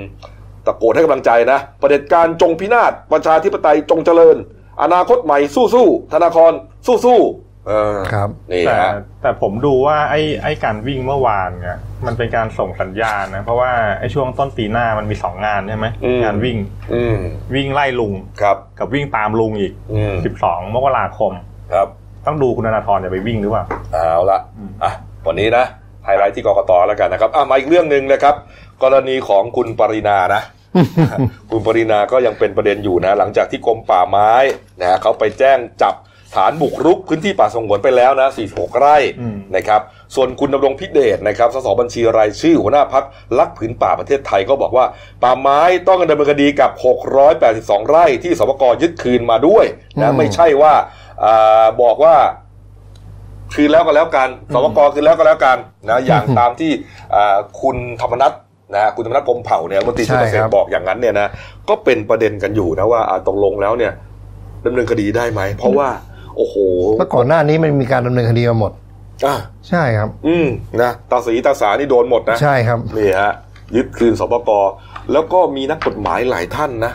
ตะโกนให้กำลังใจนะประเผด็จการจงพินาศประชาธิปไตยจงเจริญ อนาคตใหม่สู้สู้ๆธนาครสู้สู้ๆเออ ครับ นี่ แต่ ฮะ แต่ผมดูว่าไอ้ไอ้การวิ่งเมื่อวานเนี่ยมันเป็นการส่งสัญญาณนะ เพราะว่าไอ้ช่วงต้นปีหน้ามันมีสองงานใช่ไหมงานวิ่ง อืม วิ่งไล่ลุง ครับ กับวิ่งตามลุงอีก อืม 12 มกราคม ครับ ต้องดูคุณธนาธรจะไปวิ่งหรือเปล่า เอาละ อืม อ่ะวันนี้นะ ไฮไลท์ที่กกตแล้วกันนะครับอ่ะมาอีกเรื่องหนึ่งนะครับ กรณีของคุณปรินานะ คุณปรินาก็ยังเป็นประเด็นอยู่นะ หลังจากที่กรมป่าไม้นะฮะเขาไปแจ้งจับฐานบุกรุกพื้นที่ป่าสงวนไปแล้วนะ46 ไร่ อืม นะครับ ส่วนคุณดำรงพิเดชนะครับสสบัญชีรายชื่อหัวหน้าพักรักผืนป่าประเทศไทยก็บอกว่า ป่าไม้ต้องดำเนินคดีกับ 682 ไร่ที่สปกยึดคืนมาด้วย อื นะ ม ไม่ใช่ว่าอาบอกว่า คืนแล้วก็แล้วกันสวกคืนแล้วก็แล้วกันนะอย่างตามที่อ่าคุณธรรมนัทนะคุณธรรมนัทพรหมเผ่าเนี่ยรัฐมนตรี ใช่ ช่วยเกษต ครั ร บ บอกอย่างนั้นเนี่ยนะก็เป็นประเด็นกันอยู่นะว่าอ่าตกลงแล้วเนี่ยดำเนินคดีได้ไหม เพราะว่า โอ้โห เมื่อก่อนหน้านี้มันมีการดำเนินคดีมาหมด อ่ะ ใช่ครับ อืมนะตาสีตาสานี่โดนหมดนะ ใช่ครับ นี่ฮะยึดคืนสปกแล้วก็มีนักกฎหมายหลายท่านนะ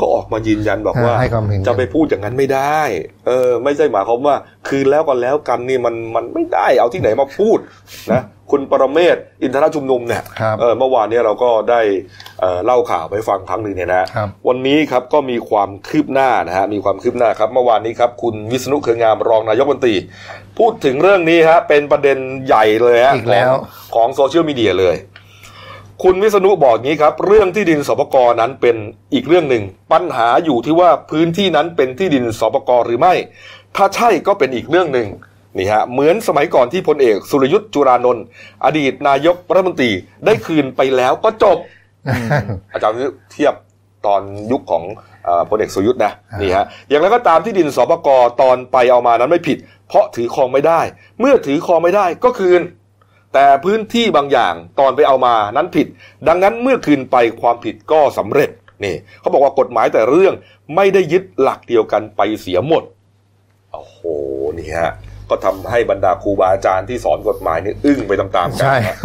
ก็ออกมายืนยันบอกว่า ให้ความเห็น จะไปพูดอย่างนั้นไม่ได้ เออ ไม่ใช่หมายความว่า คืนแล้วก็แล้วกันนี่มันมันไม่ได้เอาที่ไหนมาพูดนะ คุณปรเมศวร์อินทรชุมนุมเนี่ย ครับ เออเมื่อวานเนี้เราก็ได้เอ่อเล่าข่าวไปฟังครั้งหนึ่งเนี่ยนะครับ วันนี้ครับก็มีความคืบหน้านะฮะมีความคืบหน้าครับ เมื่อวานนี้ครับ คุณวิษณุเครืองามรองนายกบัญตรีพูดถึงเรื่องนี้ฮะเป็นประเด็นใหญ่เลยฮะ อีกแล้ว ของของโซเชียลมีเดียเลย คุณวิษณุบอกงี้ครับ เรื่องที่ดินสปกรนั้นเป็นอีกเรื่องหนึ่ง ปัญหาอยู่ที่ว่าพื้นที่นั้นเป็นที่ดินสปกรหรือไม่ ถ้าใช่ก็เป็นอีกเรื่องหนึ่งนี่ฮะเหมือนสมัยก่อนที่พลเอกสุรยุทธ์จุรานนท์อดีตนายกรัฐมนตรีได้คืนไปแล้วก็จบ อาจารย์เทียบตอนยุคของเอ่อพลเอกสุรยุทธ์นะ อ่านี่ นี่ฮะอย่างไรก็ตามที่ดินสปกตอนไปเอามานั้นไม่ผิด เพราะถือครองไม่ได้ เมื่อถือครองไม่ได้ก็คืน แต่พื้นที่บางอย่างตอนไปเอามานั้นผิด ดังนั้นเมื่อคืนไปความผิดก็สำเร็จนี่เขาบอกว่ากฎหมายแต่เรื่องไม่ได้ยึดหลักเดียวกันไปเสียหมดโอ้โหนี่ฮะก็ทำให้บรรดาครูบาอาจารย์ที่สอนกฎหมายนี่อึ้งไปตามๆกั ใช่ นะ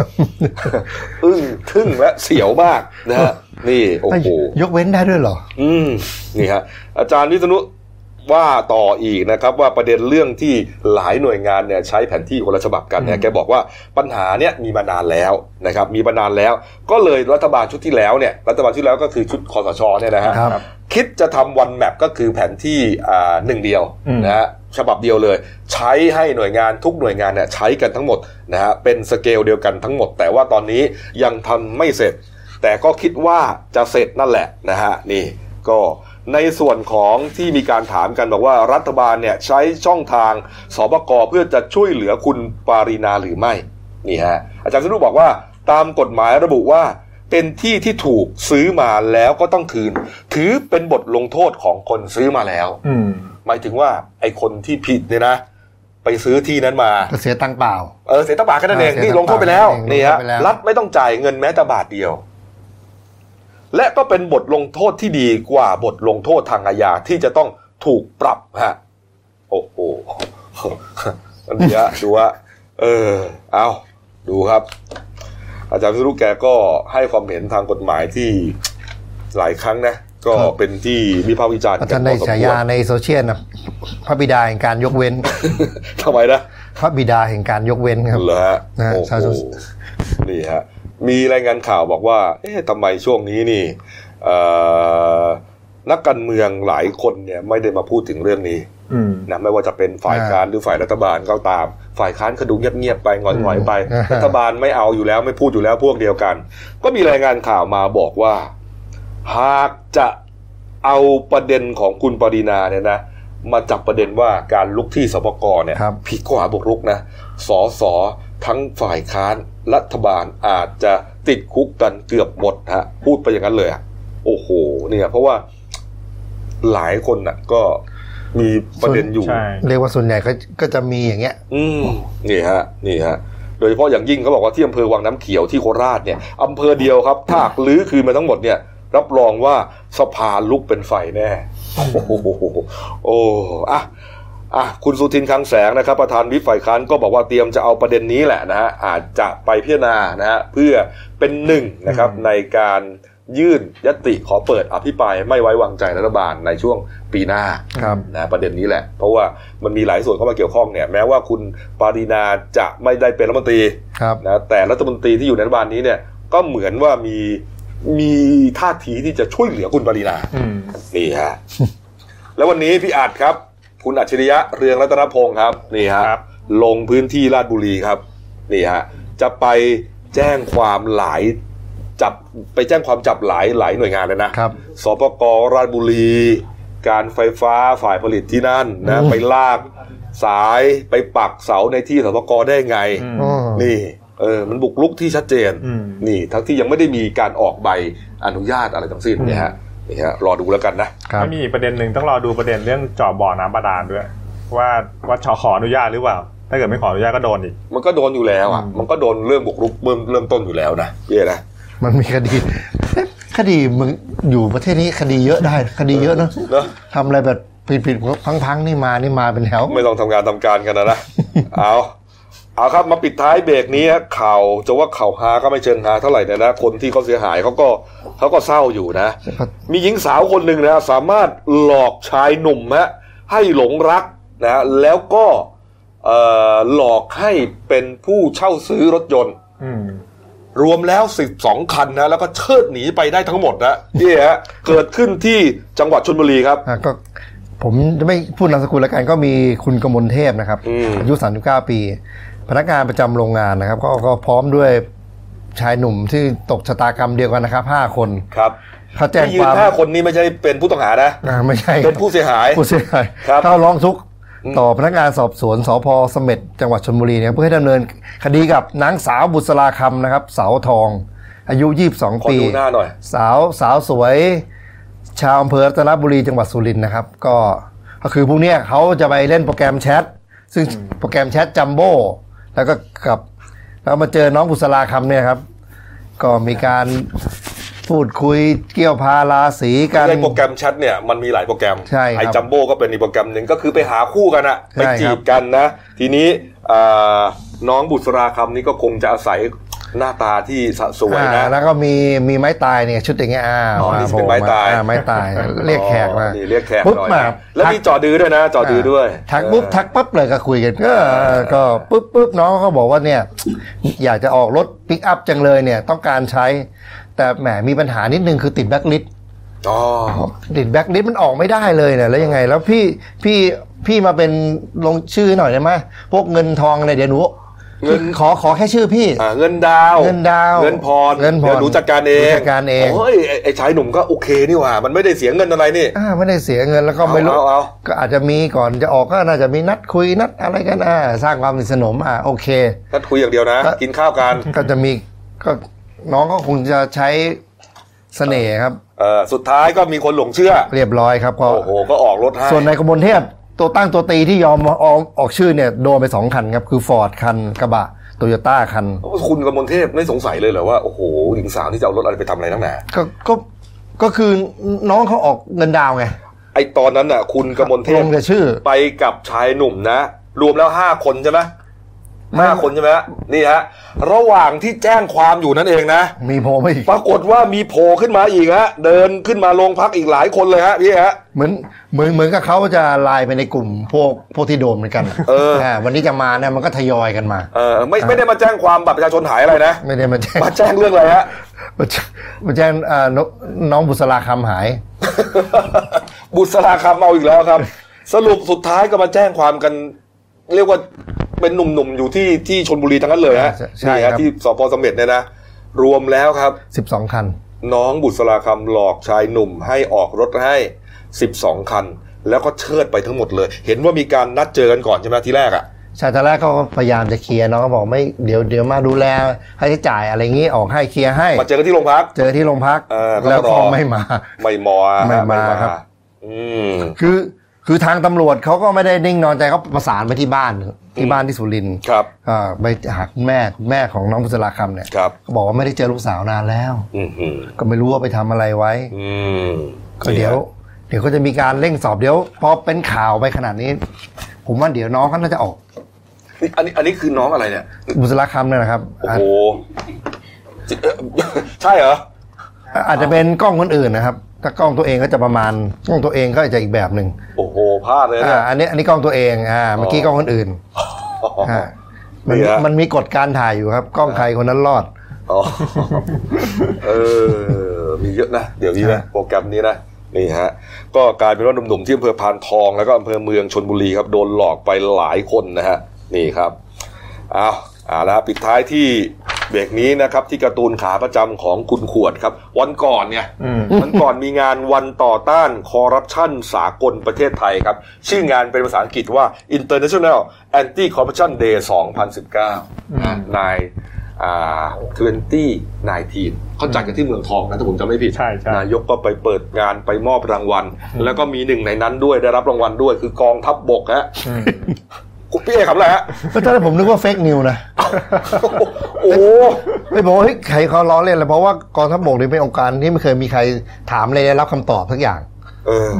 อึ้งทึ่งและเสียวมากนะฮะนี่โอ้โห ยกเว้นได้ด้วยเหรอ อืมนี่ฮะอาจารย์วิษณุว่าต่ออีกนะครับ ว่าประเด็นเรื่องที่หลายหน่วยงานเนี่ยใช้แผนที่คนละฉบับกันเนี่ยแกบอกว่าปัญหาเนี่ยมีมานานแล้วนะครับ มีมานานแล้ว ก็เลยรัฐบาลชุดที่แล้วเนี่ยรัฐบาลชุดแล้วก็คือชุดคอสชเนี่ยนะฮะ ครับ คิดจะทำวันแมปก็คือแผนที่อ่าหนึ่งเดียว อืม นะฮะฉบับเดียวเลย ใช้ให้หน่วยงานทุกหน่วยงานเนี่ยใช้กันทั้งหมดนะฮะเป็นสเกลเดียวกันทั้งหมด แต่ว่าตอนนี้ยังทำไม่เสร็จ แต่ก็คิดว่าจะเสร็จนั่นแหละนะฮะนี่ก็ในส่วนของที่มีการถามกันบอกว่ารัฐบาลเนี่ยใช้ช่องทางสบกเพื่อจะช่วยเหลือคุณปารีนาหรือไม่นี่ฮะอาจารย์สนุบอกว่าตามกฎหมายระบุว่า เป็นที่ที่ถูกซื้อมาแล้วก็ต้องคืน ถือเป็นบทลงโทษของคนซื้อมาแล้ว อืม หมายถึงว่าไอ้คนที่ผิดเนี่ยนะ ไปซื้อที่นั้นมา ก็เสียตังค์เปล่า เออเสียตะบาทแค่นั้นเอง เออเสียตังค์ นี่ลงโทษไปแล้ว เอง นี่ฮะ ลงโทษไปแล้ว รัฐไม่ต้องจ่ายเงินแม้แต่บาทเดียว และก็เป็นบทลงโทษที่ดีกว่าบทลงโทษทางอาญาที่จะต้องถูกปรับฮะโอ้โห อันเนี้ยดูว่าเออ เอาดูครับ อาจารย์วิศนุแกก็ให้ความเห็นทางกฎหมายที่หลายครั้งนะ ก็เป็นที่วิพากษ์วิจารณ์ อา กั จารย์ พ ใน อสมควฉาร ยาในโซเชียลนะพระบิดาแห่งการยกเว้น ทำไมนะ พระบิดาแห่งการยกเว้นครับ เหรอฮะ นะ โอ้โห ชาวสวน นี่ฮะ มีรายงานข่าวบอกว่า เอ๊ะทำไมช่วงนี้นี่เอ่อนักการเมืองหลายคนเนี่ยไม่ได้มาพูดถึงเรื่องนี้ อืม นะไม่ว่าจะเป็นฝ่ายค้านหรือฝ่ายรัฐบาลก็ตาม ฝ่ายค้านก็ดูเงียบๆไปงอยๆไป อืม รัฐบาลไม่เอาอยู่แล้วไม่พูดอยู่แล้วพวกเดียวกัน ก็มีรายงานข่าวมาบอกว่า หากจะเอาประเด็นของคุณปรินาเนี่ยนะมาจับประเด็นว่าการลุกที่สปกเนี่ย ครับ ผิดกว่าบุกรุกนะสอสอทั้งฝ่ายค้านรัฐบาลอาจจะติดคุกกันเกือบหมดฮะ พูดไปอย่างนั้นเลยอะโอ้โห เนี่ย เพราะว่าหลายคนน่ะ ก็มีประเด็นอยู่ ใช่ เรียกว่าส่วนใหญ่ก็ก็จะมีอย่างเงี้ย อืมนี่ฮะ นี่ฮะ โดยเฉพาะอย่างยิ่งเขาบอกว่าที่อำเภอวังน้ำเขียวที่โคราชเนี่ยอำเภอเดียวครับ ถ้าหากลื้อคืนมาทั้งหมดเนี่ย รับรองว่าสภาลุกเป็นไฟแน่ โอ้โหโอ้อะอ่ะคุณสุทินคลังแสงนะครับ ประธานวิปฝ่ายค้านก็บอกว่าเตรียมจะเอาประเด็นนี้แหละนะฮะอาจจะไปพิจารณานะฮะเพื่อเป็นหนึ่งนะครับ อืม ในการยื่นยติขอเปิดอภิปรายไม่ไว้วางใจรัฐบาลในช่วงปีหน้า ครับ นะประเด็นนี้แหละ เพราะว่ามันมีหลายส่วนเข้ามาเกี่ยวข้องเนี่ยแม้ว่าคุณปารีนาจะไม่ได้เป็นรัฐมนตรี ครับ นะแต่รัฐมนตรีที่อยู่ในรัฐบาลนี้เนี่ยก็เหมือนว่ามีมีท่าทีที่จะช่วยเหลือคุณปารีนา อืม นี่ฮะ แล้ววันนี้พี่อาจครับ คุณอัจฉริยะเรืองรัตนพงศ์ครับนี่ฮะ ครับ ลงพื้นที่ราชบุรีครับนี่ฮะจะไปแจ้งความหลาย จับไปแจ้งความจับหลายหลายหน่วยงานเลยนะครับ สปกราชบุรี การไฟฟ้าฝ่ายผลิตที่นั่นนะ อืม ไปลากสายไปปักเสาในที่สปกได้ไง อืม อ๋อ นี่เออมันบุกลุกที่ชัดเจน อืม นี่ทั้งที่ยังไม่ได้มีการออกใบอนุญาตอะไรทั้งสิ้น อืม เนี่ยฮะนี่ฮะรอดูแล้วกันนะ ครับ ไม่มีอีกประเด็นหนึ่งต้องรอดูประเด็นเรื่องเจาะบ่อน้ำบาดาลด้วย ว่าว่าชอขออนุญาตหรือเปล่า ถ้าเกิดไม่ขออนุญาตก็โดนอีก มันก็โดนอยู่แล้วอ่ะ อืม มันก็โดนเรื่องบุกรุกเริ่มเริ่มต้นอยู่แล้วนะเนี่ยนะ มันมีคดี คดีมึงอยู่ประเทศนี้คดีเยอะได้ คดีเยอะเนอะ เนอะ ทำอะไรแบบผิดๆพังๆนี่มานี่มาเป็นแถว ไม่ต้องทำงานทำการกันนะนะ เอาเอาครับมาปิดท้ายเบรกนี้ฮะข่าวจะว่าข่าวฮาก็ไม่เชิงฮาเท่าไหร่นะนะคนที่เขาเสียหายเขาก็เขาก็เศร้าอยู่นะ มีหญิงสาวคนหนึ่งนะสามารถหลอกชายหนุ่มฮะให้หลงรักนะแล้วก็เอ่อหลอกให้เป็นผู้เช่าซื้อรถยนต์ อืม รวมแล้ว 12 คันนะแล้วก็เชิดหนีไปได้ทั้งหมดนะเนี่ยฮะเกิดขึ้นที่จังหวัดชลบุรีครับ อ่ะก็ผมจะไม่พูดนามสกุลแล้วกันก็มีคุณกมลเทพนะครับ อืม ยุ39 ปี พนักงานประจำโรงงานนะครับก็ก็พร้อมด้วยชายหนุ่มที่ตกชะตากรรมเดียวกันนะครับ 5 คน ครับ เขาแจ้ง ที่ยื คน วาม ห้าคนนี้ไม่ใช่เป็นผู้ต้องหานะ อ่าไม่ใช่ เป็นผู้เสียหาย ผู้เสียหาย ครับ เข้าร้องทุกข์ต่อพนักงานสอบสวนสพเสม็ดจังหวัดชลบุรีเนี่ยเพื่อให้ดำเนินคดีกับนางสาวบุษราคำนะครับ สาวทอง อายุ ขอ 22 ปี ดูหน้าหน่อย สาวสาวสวย ชาวอำเภอรัตนบุรีจังหวัดสุรินทร์นะครับ ก็ก็คือพวกเนี้ยเขาจะไปเล่นโปรแกรมแชทซึ่งโปรแกรมแชทจัมโบ้แล้วก็กับแล้วมาเจอน้องบุษราคำเนี่ยครับ ก็มีการพูดคุยเกี่ยวพาราสีกัน ในโปรแกรมแชทเนี่ยมันมีหลายโปรแกรม ใช่ครับ ไอจัมโบ้ก็เป็นอีกโปรแกรมหนึ่งก็คือไปหาคู่กันอะ ใช่ ไป ครับ จีบกันนะ ทีนี้อ่าน้องบุษราคำนี่ก็คงจะอาศัยหน้าตาที่สะสวย อ่า นะ แล้วก็มีมีไม้ตายเนี่ยชุดอย่างเงี้ยอ่า อ๋อนี่ อ่า จะเป็นไม้ตาย อ่ไม้ตาย เรียกแขกมา อ๋อนี่เรียกแขก ปุ๊บ หน่อย มา นะแล้ว ทัก มีจอดื้อด้วยนะ จอดื้อด้วย ทักปุ๊บทักปั๊บเลยก็คุยกันก็ก็ปุ๊บปุ๊บน้องเขาบอกว่าเนี่ย อยากจะออกรถปิกอัพจังเลยเนี่ย ต้องการใช้ แต่แหมมีปัญหานิดนึงคือติดแบล็คลิสต์ อ๋อ ติดแบล็คลิสต์มันออกไม่ได้เลยเนี่ยแล้วยังไง แล้วพี่พี่พี่มาเป็นลงชื่อหน่อยได้ไหมพวกเงินทองอะไรเดี๋ยวหนูขอขอแค่ชื่อพี่ อ่าเงินดาว เงินดาว เงินพร เงินพร ดี๋ยวหนูจัดการเอง หนูจัดการเอง โอ้ยไไอ้ชายหนุ่มก็โอเคนี่หว่า มันไม่ได้เสียเงินอะไรนี่ อ่าไม่ได้เสียเงินแล้วก็ไม่รู้ เอาเอา ก็อาจจะมีก่อนจะออกก็น่าจะมีนัดคุยนัดอะไรกันอ่าสร้างความสนิทสนมอ่าโอเค ถ้าคุยอย่างเดียวนะ ก็ กินข้าวกัน ก็จะมีก็น้องก็คงจะใช้เสน่ห์ครับ เออสุดท้ายก็มีคนหลงเชื่อ เรียบร้อยครับก็ โอ้โหก็ออกรถให้ ส่วนในกมลเทพตัวตั้งตัวตีที่ยอมออกออกชื่อเนี่ยโดนไปสองคันครับ คือฟอร์ดคันกระบะโตโยต้าคัน คุณกมลเทพไม่สงสัยเลยเหรอว่า โอ้โหหญิงสาวนี่จะเอารถอะไรไปทำอะไรนักหนา ก็ก็ก็คือน้องเขาออกเงินดาวไง ไอตอนนั้นน่ะ คุณกมลเท ล พ งกับชื่อ ไปกับชายหนุ่มนะ รวมแล้วห้าคนใช่ไหม ไม่ ห้าคนใช่ไหมฮะนี่ฮะ ระหว่างที่แจ้งความอยู่นั่นเองนะ มีโพลไม่อีก ปรากฏว่ามีโผล่ขึ้นมาอีกฮะ เดินขึ้นมาโรงพักอีกหลายคนเลยฮะพี่ฮะ เหมือนเหมือนเหมือนกับเขาจะไลน์ไปในกลุ่มพวกพวกที่โดนเหมือนกัน เออ าวันนี้จะมาเนี่ยมันก็ทยอยกันมา เออไม่ไม่ได้มาแจ้งความบัตรประชาชนหายอะไร นะ ไม่ได้มาแจ้ง มาแจ้งเรื่องอะไรฮะ มาแจ้งมาแจ้งอ่านน้องบุษราคำหาย บุษราคำเอาอีกแล้วครับ สรุปสุดท้ายก็มาแจ้งความกัน เรียกว่าเป็นหนุ่มๆ อยู่ที่ที่ชนบุรีทั้งนั้นเลยฮะ ใช่ใช่ นี่ ครั ฮะ บ ที่สพสมเด็จเนี่ยนะ รวมแล้วครับ 12 คัน น้องบุษราคำหลอกชายหนุ่มให้ออกรถให้ 12 คัน แล้วก็เชิดไปทั้งหมดเลย เห็นว่ามีการนัดเจอกันก่อนใช่ไหมที่แรกอะ ชายตอนแรกเขาก็พยายามจะเคลียร์น้องก็บอกไม่เดี๋ยวเดี๋ยวมาดูแลค่าใช้จ่ายอะไรงี้ออกให้เคลียร์ให้ มาเจอกันที่โรงพัก เจอที่โรงพัก เออ แล้ว ก็ ก็ รอ ไม่มา ไม่มอฮะ ไม่มาครับ อืม คือคือทางตำรวจเขาก็ไม่ได้นิ่งนอนใจเขาประสานไปที่บ้านที่บ้านที่สุรินทร์ ครับ อ่าไปหาคุณแม่คุณแม่ของน้องบุษราคำเนี่ย ครับ ก็บอกว่าไม่ได้เจอลูกสาวนานแล้ว อืมอืม ก็ไม่รู้ว่าไปทำอะไรไว้ อืม ก็เดี๋ยว เดี๋ยวก็จะมีการเร่งสอบเดี๋ยวพอเป็นข่าวไปขนาดนี้ ผมว่าเดี๋ยวน้องเขาน่าจะออก นี่อันนี้อันนี้คือน้องอะไรเนี่ย บุษราคำเนี่ยนะครับ โอ้ อา โหจิเอ่อ ใช่เหรอ อาจจะเป็นกล้องคนอื่นนะครับ ถ้ากล้องตัวเองก็จะประมาณกล้องตัวเองก็จะอีกแบบหนึ่ง โอ้โหพลาดเลย อ่า นะ อันนี้อันนี้กล้องตัวเองอ่าเมื่อกี้ อ๋อ กล้องคนอื่น อ๋อ อ่ามัน นี่ฮะ มันมีกฎการถ่ายอยู่ครับ กล้องใครคนนั้นรอด อ๋อเออ มีเยอะนะ เดี๋ยวนี้นะ ใช่ โปรแกรมนี้นะ นี่ฮะ ก็กลายเป็นว่าหนุ่มๆที่อำเภอพานทองแล้วก็อำเภอเมืองชนบุรีครับ โดนหลอกไปหลายคนนะฮะ นี่ครับ เอาเอาละปิดท้ายที่ เบรกนี้นะครับที่การ์ตูนขาประจำของคุณขวดครับ วันก่อนเนี่ย อืม วันก่อนมีงานวันต่อต้านคอร์รัปชันสากลประเทศไทยครับ ชื่องานเป็นภาษาอังกฤษว่า International Anti Corruption Day อื 2019 ม นะนายอ่า2019เขาจัดกันที่เมืองทองนะถ้าผมจำไม่ผิด ใช่ใช่ นายกก็ไปเปิดงานไปมอบรางวัล แล้วก็มีหนึ่งในนั้นด้วยได้รับรางวัลด้วยคือกองทัพบบกฮะ อืม คุณพี่เอกครับอะไร ฮะ ก็ตอนแรกผมนึกว่าเฟกนิวนะ โอ้โห ไม่บอกว่าเฮ้ยใครเขาล้อเล่นเลยเพราะว่ากองทัพบกนี่เป็นองค์การที่ไม่เคยมีใครถามเลยได้รับคำตอบสักอย่าง เออ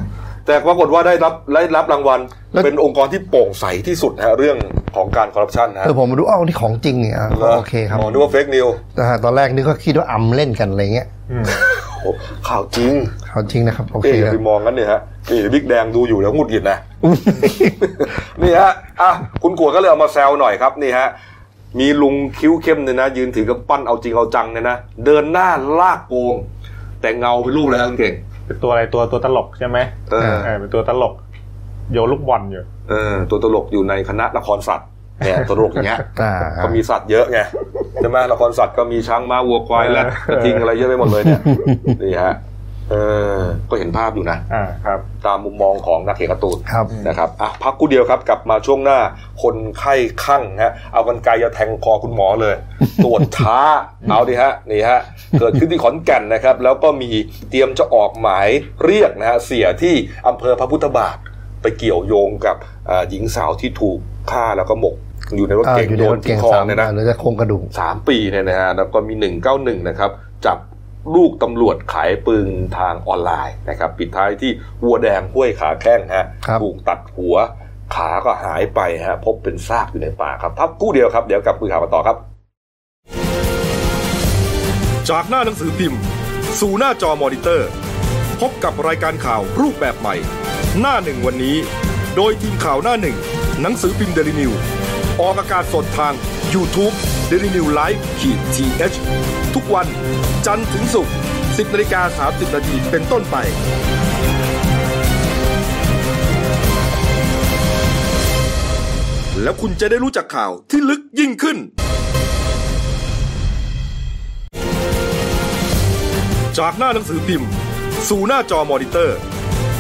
แต่ปรากฏว่าได้รับได้รับรางวัล แล้ว เป็นองค์กรที่โปร่งใสที่สุดฮะเรื่องของการคอร์รัปชันนะฮะ เออผมมาดูอ้าวนี่ของจริงเนี่ยอ่ะก็โอเคครับ หมอนึกว่าเฟกนิว แต่ตอนแรกนึกว่าคิดว่าอำเล่นกันอะไรเงี้ย อืม ข่าวจริง ของจริงนะครับโอเค เอ๊ะอย่า ครับ ไปมองกันเนี่ยฮะนี่บิ๊กแดงดูอยู่แล้วหงุดหงิดนะ นี่ฮะอ่ะคุณกัวก็เลยเอามาแซวหน่อยครับนี่ฮะ มีลุงคิ้วเข้มเนี่ยนะ ยืนถือกำปั้นเอาจริงเอาจังเนี่ยนะ เดินหน้าลากโกง แต่เงาเป็นรูปแล้วเก่ง เป็นตัวอะไรตัวตัวตลกใช่ไหม เออ เออเป็นตัวตลกโยนลูกบอลอยู่ เออ ตัวตลกอยู่ในคณะละครสัตว์เนี่ยตัวตลกอย่างเงี้ย อ่า เขามีสัตว์เยอะไงใช่ไหมละครสัตว์ก็มีช้างม้าวัวควายและกระทิงอะไรเยอะไปหมดเลยเนี่ยนี่ฮะเออก็เห็นภาพอยู่นะ อ่าครับ ตามมุมมองของนักเขียนการ์ตูน ครับ นะครับอ่ะพักกูเดียวครับกลับมาช่วงหน้า คนไข้ข้างฮะเอากันไกรจะแทงคอคุณหมอเลย ตรวจ ช้า เอาดิฮะนี่ฮะเกิดขึ้นที่ขอนแก่นนะครับ แล้วก็มีเตรียมจะออกหมายเรียกนะฮะเสียที่อำเภอพระพุทธบาทไปเกี่ยวโยงกับเอ่อหญิงสาวที่ถูกฆ่าแล้วก็หมก อยู่ในรถ อ่า เก๋ง อยู่ใน โด ร น ถ ที่ เก่ง คอ สาม เนี่ยนะ หรือจะโครงกระดูก สามปีเนี่ยนะฮะแล้วก็มี 191 นะครับ จับลูกตำรวจขายปืนทางออนไลน์นะครับ ปิดท้ายที่วัวแดงห้วยขาแข้งฮะ ครับ ถูกตัดหัว ขาก็หายไปฮะพบเป็นซากอยู่ในป่าครับพักครู่เดียวครับ เดี๋ยวกลับมือข่าวกันต่อครับ จากหน้าหนังสือพิมพ์ สู่หน้าจอมอนิเตอร์ พบกับรายการข่าวรูปแบบใหม่ หน้าหนึ่งวันนี้ โดยทีมข่าวหน้าหนึ่ง หนังสือพิมพ์เดลิวิวออกอากาศสดทาง y o u t u เด d ิวิวไลฟ์ขีดทีเทุกวันจันทร์ถึงศุกร์10นาฬิกา30นาทีเป็นต้นไป แล้วคุณจะได้รู้จักข่าวที่ลึกยิ่งขึ้น จากหน้าหนังสือพิมพ์ สู่หน้าจอมอนิเตอร์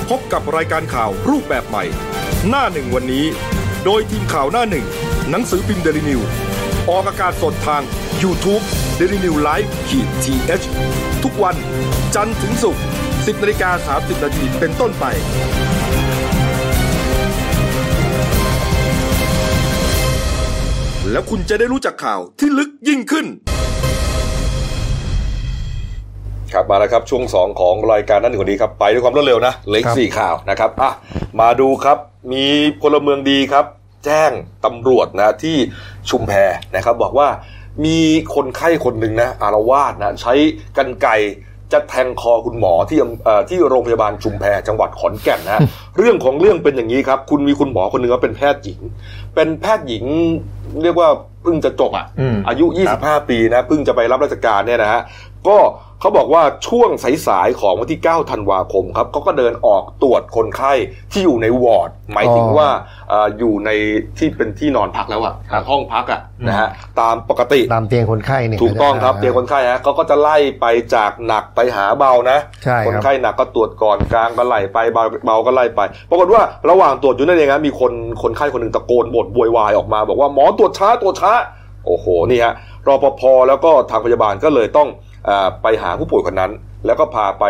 พบกับรายการข่าวรูปแบบใหม่ หน้าหนึ่งวันนี้ โดยทีมข่าวหน้าหนึ่ง หนังสือพิมพ์เดลิวิวออกอากาศสดทาง y o u t u เด d ิวิวไลฟ์ขีดทีเทุกวันจันทร์ถึงศุกร์10นาฬิกา30นาทีเป็นต้นไป แล้วคุณจะได้รู้จักข่าวที่ลึกยิ่งขึ้น ครับมาแล้วครับช่วง 2 ของรายการนั่นหนึ่งคนนี้ครับ ไปด้วยความรวดเร็วนะเหล็ก ครับ สี่ข่าวนะครับอ่ะมาดูครับมีพลเมืองดีครับ แจ้งตำรวจนะที่ชุมแพนะครับ บอกว่ามีคนไข้คนหนึ่งนะอารวาสนะใช้กันไกรจะแทงคอคุณหมอที่อำเอ่อที่โรงพยาบาลชุมแพจังหวัดขอนแก่นนะ เรื่องของเรื่องเป็นอย่างนี้ครับ คุณมีคุณหมอคนหนึ่งเขาเป็นแพทย์หญิง เป็นแพทย์หญิงเรียกว่าเพิ่งจะจบอ่ะ อืม อายุ 25 ปีนะ เพิ่งจะไปรับราชการเนี่ยนะฮะ ก็เขาบอกว่าช่วงสายๆของวันที่ 9 ธันวาคมครับเขาก็เดินออกตรวจคนไข้ที่อยู่ในวอร์ด หมายถึง อ๋อ ว่าเอ่ออยู่ในที่เป็นที่นอนพักแล้วอะห้องพักอะนะฮะ ตามปกติ ตามเตียงคนไข้เนี่ย ถูกต้องครับเตียงคนไข้ฮะเขาก็จะไล่ไปจากหนักไปหาเบานะ ใช่ครับ นไข้หนักก็ตรวจก่อนกลางก็ไล่ไปเบาเบาก็ไล่ไปปรากฏว่าระหว่างตรวจอยู่นั่นเองนะมีคนคนไข้คนหนึ่งตะโกนบ่นบวยวายออกมา บอกว่าหมอตรวจช้าตรวจช้า โอ้โหนี่ฮะรปภแล้วก็ทางพยาบาลก็เลยต้องเออไปหาผู้ป่วยคนนั้น แล้วก็พาไป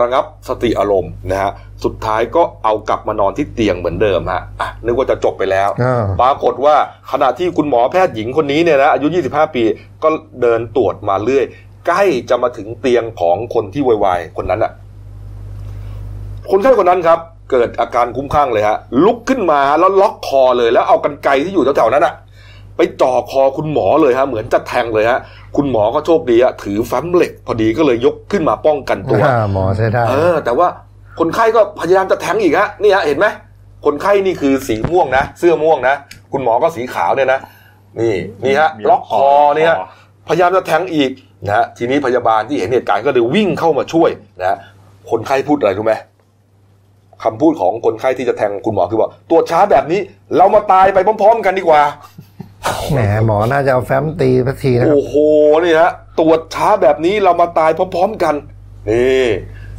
ระงับสติอารมณ์นะฮะสุดท้ายก็เอากลับมานอนที่เตียงเหมือนเดิมฮะอ่ะนึกว่าจะจบไปแล้ว อ่า ปรากฏว่าขณะที่คุณหมอแพทย์หญิงคนนี้เนี่ยนะอายุ 25 ปีก็เดินตรวจมาเรื่อย ใกล้จะมาถึงเตียงของคนที่วายๆคนนั้นอะคนไข้คนนั้นครับ เกิดอาการคุ้มข้างเลยฮะลุกขึ้นมาแล้วล็อกคอเลย แล้วเอากันไกรที่อยู่แถวๆนั้นอะไปจ่อคอคุณหมอเลยฮะเหมือนจะแทงเลยฮะคุณหมอก็โชคดีอะถือแฟ้มเหล็ก พอดีก็เลยยกขึ้นมาป้องกันตัว อ่าหมอใช้ได้ เออแต่ว่าคนไข้ก็พยายามจะแทงอีกฮะนี่ฮะเห็นไหมคนไข้นี่คือสีม่วงนะ เสื้อม่วงนะ คุณหมอก็สีขาวเนี่ยนะ นี่นี่ฮะ มี ล็อกคอเนี่ยฮะ ล็อกคอ พยายามจะแทงอีกนะฮะทีนี้พยาบาลที่เห็นเหตุการณ์ก็เลยวิ่งเข้ามาช่วยนะฮะคนไข้พูดอะไรรู้ไหมคำพูดของคนไข้ที่จะแทงคุณหมอคือบอกตรวจช้าแบบนี้ เรามาตายไปพร้อม ๆ กันดีกว่า แหมหมอน่าจะเอาแฟ้มตีสักทีนะครับ โอ้โหนี่ฮะตรวจช้าแบบนี้เรามาตายพร้อมๆกันนี่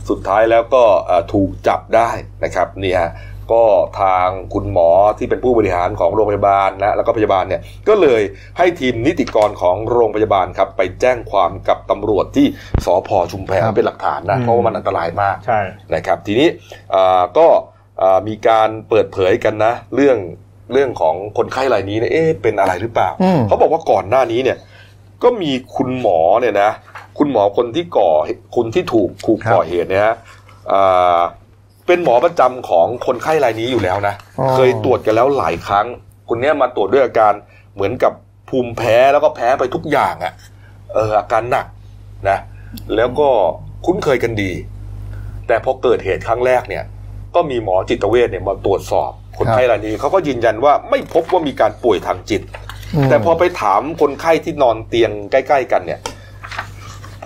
สุดท้ายแล้วก็เอ่อถูกจับได้นะครับนี่ฮะก็ทางคุณหมอที่เป็นผู้บริหารของโรงพยาบาลนะแล้วก็พยาบาลเนี่ยก็เลยให้ทีมนิติกรของโรงพยาบาลครับไปแจ้งความกับตำรวจที่สพชุมแพ ครับ เป็นหลักฐานนะ อืม เพราะว่ามันอันตรายมาก ใช่ นะครับทีนี้อ่าก็อ่ามีการเปิดเผยกันนะ เรื่องเรื่องของคนไข้รายนี้เนี่ยเอ๊ะเป็นอะไรหรือเปล่า อืม เขาบอกว่าก่อนหน้านี้เนี่ยก็มีคุณหมอเนี่ยนะคุณหมอคนที่ก่อคนที่ถูกถูกก่อเหตุเนี่ยฮะอ่าเป็นหมอประจำของคนไข้รายนี้อยู่แล้วนะ อ๋อ เคยตรวจกันแล้วหลายครั้งคนเนี้ยมาตรวจด้วยอาการเหมือนกับภูมิแพ้แล้วก็แพ้ไปทุกอย่างอะ่ะเอออาการหนักนะ แล้วก็คุ้นเคยกันดี แต่พอเกิดเหตุครั้งแรกเนี่ย ก็มีหมอจิตเวชเนี่ยมาตรวจสอบคนไข้รายนี้เขาก็ยืนยันว่าไม่พบว่ามีการป่วยทางจิต ม แต่พอไปถามคนไข้ที่นอนเตียงใกล้ ๆ กันเนี่ย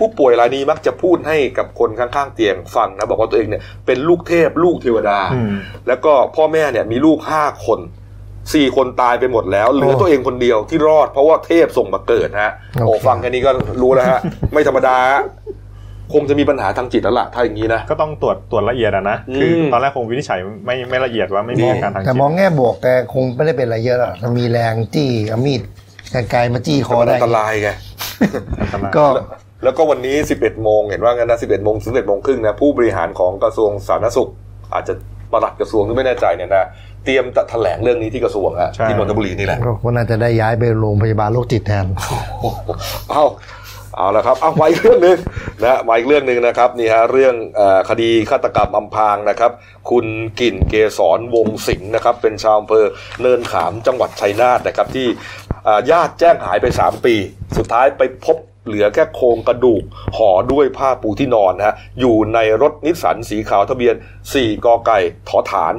ผู้ป่วยรายนี้มักจะพูดให้กับคนข้างๆเตียงฟังนะ บอกว่าตัวเองเนี่ยเป็นลูกเทพลูกเทวดา อืม แล้วก็พ่อแม่เนี่ยมีลูกห้าคนสี่คนตายไปหมดแล้วเหลือตัวเองคนเดียวที่รอดเพราะว่าเทพส่งมาเกิดฮะโอ้ฟังแค่นี้ก็รู้แล้วฮะ ไม่ธรรมดาฮะคงจะมีปัญหาทางจิตแล้วล่ะถ้าอย่างนี้นะ ก็ต้องตรวจตรวจละเอียดอะนะ อืม คือตอนแรกคงวินิจฉัยไม่ไม่ละเอียดว่าไม่มี นี่ อาการทาง แต่ จิต มองแง่บวกแกคงไม่ได้เป็นอะไรเยอะหรอกถ้ามีแรงจี้เอามีดกันไกลมาจี้คอ มัน ได้ อันตรายไง อันตราย ก็ แล้วก็วันนี้ 11 โมง เห็นว่างั้นนะ 11 โมงถึง11โมงครึ่งนะ ผู้บริหารของกระทรวงสาธารณสุข อาจจะปลัดกระทรวงหรือไม่แน่ใจเนี่ยนะ เตรียมจะแถลงเรื่องนี้ที่กระทรวงอะที่นนทบุรีนี่แหละ ก็น่าจะได้ย้ายไปโรงพยาบาลโรคจิตแทน เอาเอาละครับเอามาอีกเรื่องหนึ่งนะมาอีกเรื่องหนึ่งนะครับนี่ฮะเรื่องเออคดีฆาตกรรมอำพรางนะครับ คุณกลิ่นเกษรวงสิงห์นะครับ เป็นชาวอำเภอเนินขามจังหวัดชัยนาทนะครับที่เอ่อญาติแจ้งหายไป 3 ปี สุดท้ายไปพบเหลือแค่โครงกระดูกห่อด้วยผ้าปูที่นอนนะฮะอยู่ในรถนิสสันสีขาวทะเบียน 4กอไก่ถอฐาน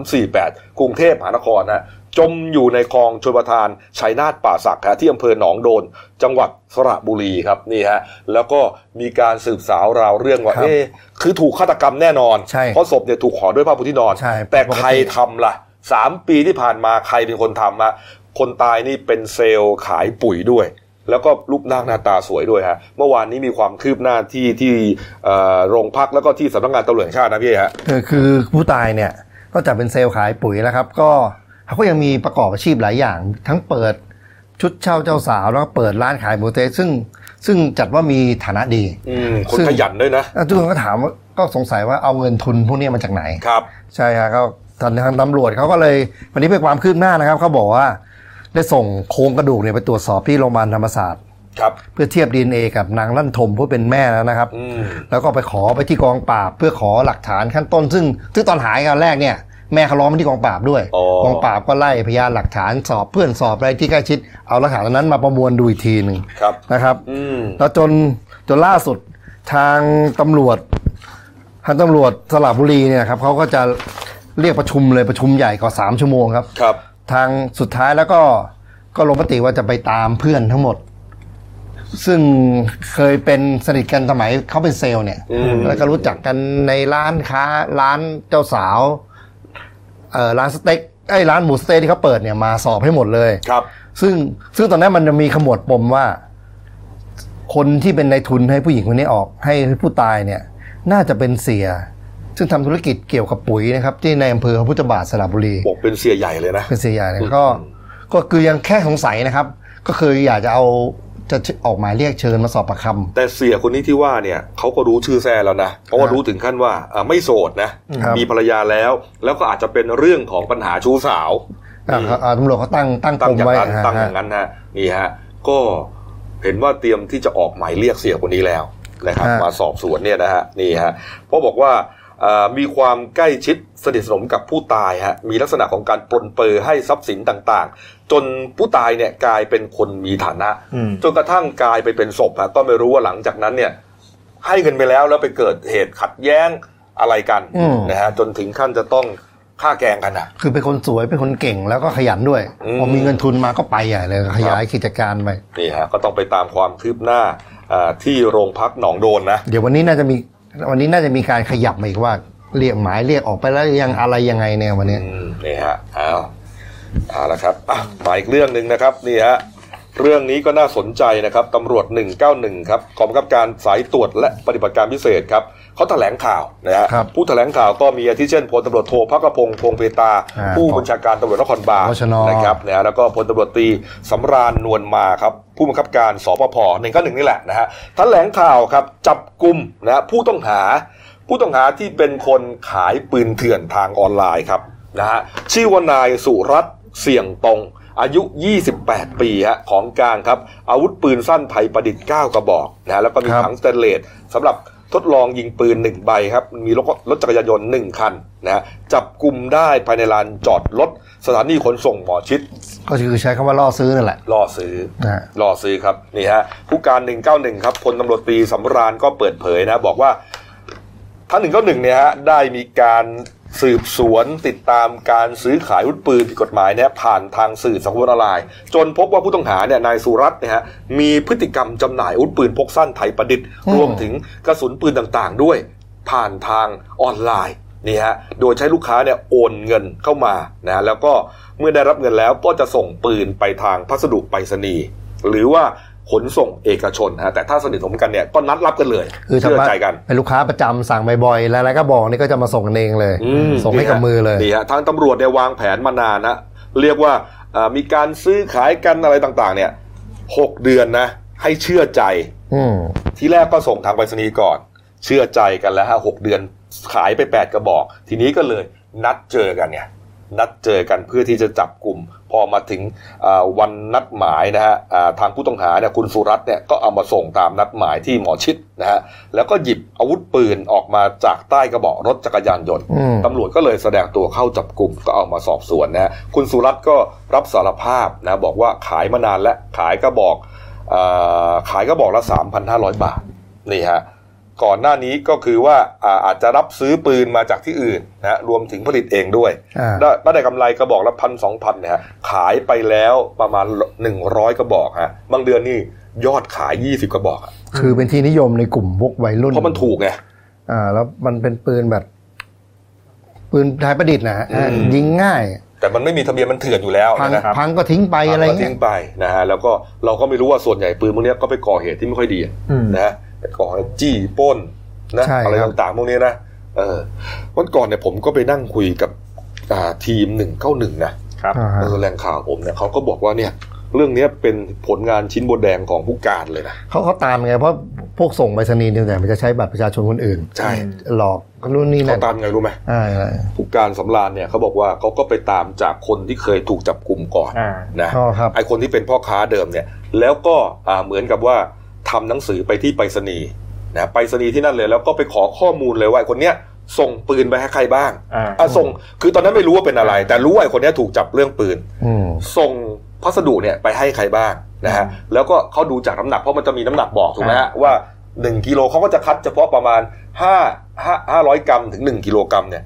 6348 กรุงเทพมหานครนะ จมอยู่ในคลองชลประทานชัยนาทป่าสักฮะที่อำเภอหนองโดน จังหวัดสระบุรีครับนี่ฮะแล้วก็มีการสืบสาวราวเรื่องว่า ครับ เอ๊ะคือถูกฆาตกรรมแน่นอน ใช่ เพราะศพเนี่ยถูกห่อด้วยผ้าปูที่นอน ใช่ แต่ ปกติ ใครทำล่ะสามปีที่ผ่านมาใครเป็นคนทำอะคนตายนี่เป็นเซลล์ขายปุ๋ยด้วย แล้วก็รูปร่างหน้าตาสวยด้วยฮะเมื่อวานนี้มีความคืบหน้าที่ที่เอ่อโรงพักแล้วก็ที่สำนักงานตำรวจแห่งชาตินะพี่ฮะ เออคือผู้ตายเนี่ยนอกจากเป็นเซลล์ขายปุ๋ยแล้วครับ ก็เขาก็ยังมีประกอบอาชีพหลายอย่าง ทั้งเปิดชุดเช่าเจ้าสาวแล้วก็เปิดร้านขายหมูเต๊ะซึ่งซึ่งจัดว่ามีฐานะดี อืมคน ซึ่ง ขยันด้วยนะ อ่ะทุกคนก็ถามว่าก็สงสัยว่าเอาเงินทุนพวกเนี้ยมาจากไหน ครับ ใช่ครับก็ทางทางตำรวจเขาก็เลยวันนี้เป็นความคืบหน้านะครับเขาบอกว่า ได้ส่งโครงกระดูกเนี่ยไปตรวจสอบที่โรงพยาบาลธรรมศาสตร์ ครับ เพื่อเทียบ DNA กับนางลั่นทมผู้เป็นแม่แล้วนะครับ อืม แล้วก็ไปขอไปที่กองปราบเพื่อขอหลักฐานขั้นต้น ซึ่งซึ่งตอนหายกันแรกเนี่ยแม่เขาร้องไปที่กองปราบด้วย อ๋อ กองปราบก็ไล่พยานหลักฐานสอบเพื่อนสอบอะไรที่ใกล้ชิดเอาหลักฐานเหล่านั้นมาประมวลดูอีกทีหนึ่ง ครับ นะครับ อืม แล้วจนจนล่าสุดทางตำรวจทางตำรวจสระบุรีเนี่ยครับเขาก็จะเรียกประชุมเลยประชุมใหญ่กว่าสามชั่วโมงครับ ครับ ทางสุดท้ายแล้วก็ก็ลงมติว่าจะไปตามเพื่อนทั้งหมด ซึ่งเคยเป็นสนิทกันสมัยเขาเป็นเซลล์เนี่ย อืม แล้วก็รู้จักกันในร้านค้าร้านเจ้าสาวเอ่อร้านสเต็กไอ้ยร้านหมูสเต็กที่เขาเปิดเนี่ยมาสอบให้หมดเลย ครับ ซึ่งซึ่งตอนนั้นมันจะมีขมวดปมว่า คนที่เป็นนายทุนให้ผู้หญิงคนนี้ออกให้ผู้ตายเนี่ย น่าจะเป็นเสีย ซึ่งทำธุรกิจเกี่ยวกับปุ๋ยนะครับ ที่ในอำเภอพระพุทธบาทสระบุรี บอกเป็นเสียใหญ่เลยนะ เป็นเสียใหญ่เนี่ยก็ก็คือยังแค่สงสัยนะครับ ก็คืออยากจะเอาจะออกหมายเรียกเชิญมาสอบปากค แต่เสียคนนี้ที่ว่าเนี่ยเขาก็รู้ชื่อแซ่แล้วนะ เพราะว่ารู้ถึงขั้นว่าอ่าไม่โสดนะ ครับ มีภรรยาแล้ว แล้วก็อาจจะเป็นเรื่องของปัญหาชู้สาว ำอ่ะอ่ะตำรวจเขาตั้งตั้ง ตั้ ป ง ม อย่าง ไว้ นั้นตั้งอย่าง ฮะ นั้นนะนี่ฮะ ก็เห็นว่าเตรียมที่จะออกหมายเรียกเสียคนนี้แล้วนะครับ มาสอบสวนเนี่ยนะฮะนี่ฮะเพราะบอกว่าเอ่อมีความใกล้ชิดสนิทสนมกับผู้ตายฮะมีลักษณะของการปลนเปือให้ทรัพย์สินต่างๆ จนผู้ตายเนี่ยกลายเป็นคนมีฐานะ อืม จนกระทั่งกลายไปเป็นศพฮะก็ไม่รู้ว่าหลังจากนั้นเนี่ย ให้เงินไปแล้วแล้วไปเกิดเหตุขัดแย้งอะไรกันนะฮะจนถึงขั้นจะต้องฆ่าแกล้งกันอ่ะ คือเป็นคนสวยเป็นคนเก่งแล้วก็ขยันด้วย อืม พอมีเงินทุนมาก็ไปใหญ่เลยขยายกิจการไป นี่ฮะก็ต้องไปตามความคืบหน้าอ่าที่โรงพักหนองโดนนะ เดี๋ยววันนี้น่าจะมีวันนี้น่าจะมีการขยับมาอีกว่าเรียกหมายเรียกออกไปแล้วยังอะไรยังไงเนี่ยวันนี้ อืมนี่ฮะเอา เอาละครับอ่ะมาอีกเรื่องหนึ่งนะครับนี่ฮะเรื่องนี้ก็น่าสนใจนะครับตำรวจ 191 ครับกองบังคับการสายตรวจและปฏิบัติการพิเศษครับเขาแถลงข่าวนะฮะ ครับ ผู้แถลงข่าวก็มีอาทิเช่นพลตำรวจโทพักกระพงษ์พงษ์เพตา อ่า ผู้บัญชาการตำรวจนครบาล พบชน นะครับนะฮะแล้วก็พลตำรวจตรีสำราญนวลมาครับผู้บังคับการสปพหนึ่งก็หนึ่งนี่แหละนะฮะแถลงข่าวครับจับกลุ่มนะฮะผู้ต้องหา ผู้ต้องหาที่เป็นคนขายปืนเถื่อนทางออนไลน์ครับนะฮะชื่อว่านายสุรัตน์เสี่ยงตรง อายุ 28 ปีฮะของกลางครับ อาวุธปืนสั้นไทยประดิษฐ์ 9 กระบอกนะฮะแล้วก็มี ครับ ถังสเตนเลสสำหรับทดลองยิงปืน 1 ใบครับ มีรถรถจักรยานยนต์ 1 คันนะฮะจับกลุ่มได้ภายในลานจอดรถสถานีขนส่งหมอชิด ก็คือใช้คำว่าล่อซื้อนั่นแหละ ล่อซื้อ นะฮะ รอซื้อครับนี่ฮะผู้การ 191 ครับพลตำรวจตรีสำราญก็เปิดเผยนะ บอกว่าท่าน191เนี่ยฮะได้มีการสืบสวนติดตามการซื้อขายอาวุธปืนผิดกฎหมายเนี่ยผ่านทางสื่อสังคมออนไลน์จนพบว่าผู้ต้องหาเนี่ยนายสุรัตน์เนี่ยฮะมีพฤติกรรมจำหน่ายอาวุธปืนพกสั้นไทยประดิษฐ์ อืม รวมถึงกระสุนปืนต่างๆ ด้วย ผ่านทางออนไลน์นี่ฮะโดยใช้ลูกค้าเนี่ยโอนเงินเข้ามานะแล้วก็เมื่อได้รับเงินแล้วก็จะส่งปืนไปทางพัสดุไปรษณีย์หรือว่าขนส่งเอกชนฮะแต่ถ้าสนิทสนมกันเนี่ยก็นัดรับกันเลย คือ เชื่อใจกัน เป็นลูกค้าประจำสั่งบ่อยๆ แล้วอะไรก็บอกนี่ก็จะมาส่งกันเองเลย อืม ส่งให้กับมือเลย นี่ฮะทางตำรวจเนี่ยวางแผนมานานนะเรียกว่าเอ่อมีการซื้อขายกันอะไรต่างๆ เนี่ยหกเดือนนะให้เชื่อใจ อืม ที่แรกก็ส่งทางไปรษณีย์ก่อน เชื่อใจกันแล้วฮะหกเดือนขายไปแปดกระบอก ทีนี้ก็เลยนัดเจอกันเนี่ยนัดเจอกันเพื่อที่จะจับกลุ่ม พอมาถึงเอ่อวันนัดหมายนะฮะอ่าทางผู้ต้องหาเนี่ยคุณสุรัตน์เนี่ยก็เอามาส่งตามนัดหมายที่หมอชิดนะฮะแล้วก็หยิบอาวุธปืนออกมาจากใต้กระบอกรถจักรยานยนต์ อืม ตำรวจก็เลยแสดงตัวเข้าจับกลุ่มก็เอามาสอบสวนนะฮะคุณสุรัตน์ก็รับสารภาพนะบอกว่าขายมานานและขายกระบอกเออขายกระบอกละ 3,500 บาทนี่ฮะก่อนหน้านี้ก็คือว่าอาอาจจะรับซื้อปืนมาจากที่อื่นนะฮะรวมถึงผลิตเองด้วย อ่า ได้ก็ได้กำไรกระบอกละพันสองพันเนี่ยฮะขายไปแล้วประมาณ 100 กระบอกฮะบางเดือนนี่ยอดขาย 20 กระบอกอะ คือเป็นที่นิยมในกลุ่มพวกวัยรุ่น เพราะมันถูกไง อ่า แล้วมันเป็นปืนแบบ ปืนไทยประดิษฐ์นะฮะ อืม ยิงง่าย แต่มันไม่มีทะเบียนมันเถื่อนอยู่แล้ว พัง นะครับ พังก็ทิ้งไปอะไร ก็ เงี้ ทิ้ ย งไปนะฮะแล้วก็เราก็ไม่รู้ว่าส่วนใหญ่ปืนพวกเนี้ยก็ไปก่อเหตุที่ไม่ค่อยดีอะ อืม นะฮะไปก่อเหตุจี้ปล้นนะอะไรต่างๆพวกเนี้ยนะเออวันก่อนเนี่ยผมก็ไปนั่งคุยกับอ่าทีมหนึ่งเก้าหนึ่งนะครับ อ่าฮะ เออแรงข่าวผมเนี่ยเขาก็บอกว่าเนี่ย เรื่องเนี้ยเป็นผลงานชิ้นโบนแดงของผู้การเลยนะ เขาเขาตามไงเพราะพวกส่งไปรษณีย์เนี่ยมันจะใช้บัตรประชาชนคนอื่น ใช่ หลอกนู่นนี่ เขา นั่น ตามไงรู้ไหม อ่าอะไร ผู้การสำรานเนี่ยเขาบอกว่าเขาก็ไปตามจากคนที่เคยถูกจับกลุ่มก่อน อ่า นะ อ๋อครับ ไอคนที่เป็นพ่อค้าเดิมเนี่ย แล้วก็อ่าเหมือนกับว่าทำหนังสือไปที่ไปรษณีย์นะไปรษณีย์ที่นั่นเลยแล้วก็ไปขอข้อมูลเลยว่าไอคนเนี้ยส่งปืนไปให้ใครบ้าง อ่า อ่ะส่งคือตอนนั้นไม่รู้ว่าเป็นอะไร แต่รู้ว่าไอคนเนี้ยถูกจับเรื่องปืน อืม ส่งพัสดุเนี่ยไปให้ใครบ้างนะฮะแล้วก็เขาดูจากน้ำหนักเพราะมันจะมีน้ำหนักบอกถูกไหมฮะว่า 1กิโลเขาก็จะคัดเฉพาะประมาณ5 5 500 กรัมถึง 1 กิโลกรัมเนี่ย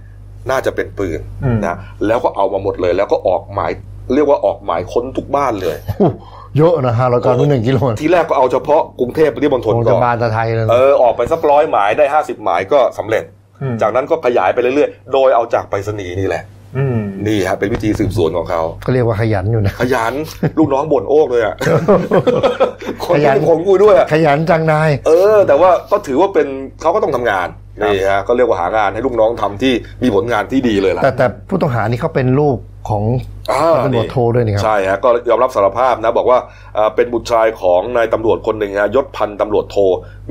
น่าจะเป็นปืน อืม นะแล้วก็เอามาหมดเลย แล้วก็ออกหมายเรียกว่าออกหมายค้นทุกบ้านเลย อู้เยอะนะฮะร้อยกรัมหนึ่งกิโล ทีแรกก็เอาเฉพาะกรุงเทพปริมณฑล คง ก่อบจะาน น ตะไทยเลยนะ เออออกไปสักร้อยหมายได้ 50 หมายก็สำเร็จ อืม จากนั้นก็ขยายไปเรื่อยๆ โดยเอาจากไปรษณีย์นี่แหละ อืม นี่ฮะเป็นวิธีสืบสวนของเขา ก็เรียกว่าขยันอยู่นะ ขยัน ลูกน้องบ่นโอกเลยอ่ะ คน ขยั ที่ น เป็นของกูด้วยอะ ขยันจังนาย เออ แต่ว่าก็ถือว่าเป็นเขาก็ต้องทำงาน ครับ นี่ฮะก็เรียกว่าหางานให้ลูกน้องทำที่มีผลงานที่ดีเลยล่ะ แต่แต่ผู้ต้องหานี่เขาเป็นลูกของ อ่า ตำรวจ นี่ โทด้วยนี่ครับ ใช่ฮะก็ยอมรับสารภาพนะบอกว่าเอ่อเป็นบุตรชายของนายตำรวจคนหนึ่งฮะยศพันตำรวจโท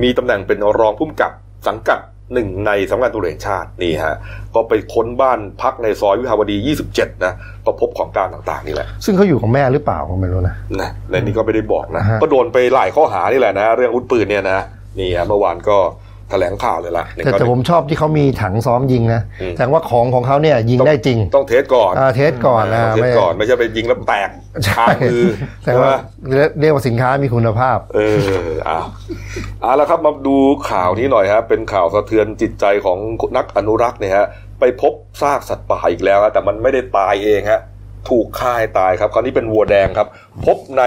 มีตำแหน่งเป็นรองผู้กำกับสังกัดหนึ่งในสำนักงานตุลาชาตินี่ฮะก็ไปค้นบ้านพักในซอยวิภาวดี 27 นะก็พบของกลางต่างๆนี่แหละ ซึ่งเขาอยู่กับแม่หรือเปล่าก็ไม่รู้นะ นะและนี่ก็ไม่ได้บอกนะ อ่าฮะ ก็โดนไปหลายข้อหานี่แหละนะ เรื่องอาวุธปืนเนี่ยนะนี่ฮะเมื่อวานก็แถลงข่าวเลยล่ะ แต่แต่ 191 ผมชอบที่เขามีถังซ้อมยิงนะ อืม แสดงว่าของของเขาเนี่ยยิงได้จริง ต้องเทสก่อน อ่าเทสก่อนนะ ต้องเทส ไม่ ก่อนไม่ใช่ไปยิงแล้วแตก ใช่ คามือ แต่ ใช่ไห ว่าม เรียกว่าสินค้ามีคุณภาพ เออเอาเอาละครับมาดูข่าวนี้หน่อยฮะเป็นข่าวสะเทือนจิตใจของนักอนุรักษ์เนี่ยฮะไปพบซากสัตว์ป่าอีกแล้วฮะแต่มันไม่ได้ตายเองฮะ ถูกฆ่าให้ตายครับคราวนี้เป็นวัวแดงครับ พบใน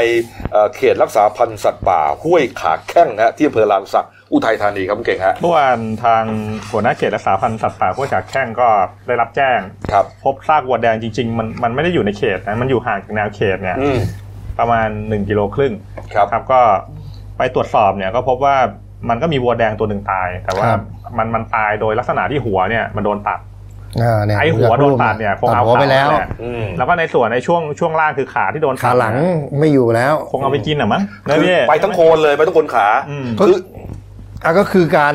เอ่อเขตรักษาพันธุ์สัตว์ป่าห้วยขาแข้งนะฮะที่อำเภอลานสักอุทัยธานีครับคุณเก่งฮะ เมื่อวานทางหัวหน้าเขตรักษาพันธุ์สัตว์ป่าห้วยขาแข้งก็ได้รับแจ้ง ครับ พบซากวัวแดงจริง ๆ มันมันไม่ได้อยู่ในเขตนะมันอยู่ห่างจากแนวเขตเนี่ย อืม ประมาณ 1กิโลครึ่ง ครับ ครับก็ไปตรวจสอบเนี่ยก็พบว่ามันก็มีวัวแดงตัวหนึ่งตาย แต่ว่า ครับ มันมันตายโดยลักษณะที่หัวเนี่ยมันโดนตัด อ่าเนี่ย ไอ้หัวโดนตัดเนี่ยคงเอา หัวไป ขา แล้ว หะ อืม แล้วก็ในส่วนในช่วงช่วงล่างคือขาที่โดนตัด ขาหลังไม่อยู่แล้ว คงเอาไปกินเหรอมั้งนะ คือ พี่ ไปทั้งโคนเลยไปทั้งโคนขา อืม ก็อ่ะก็คือการ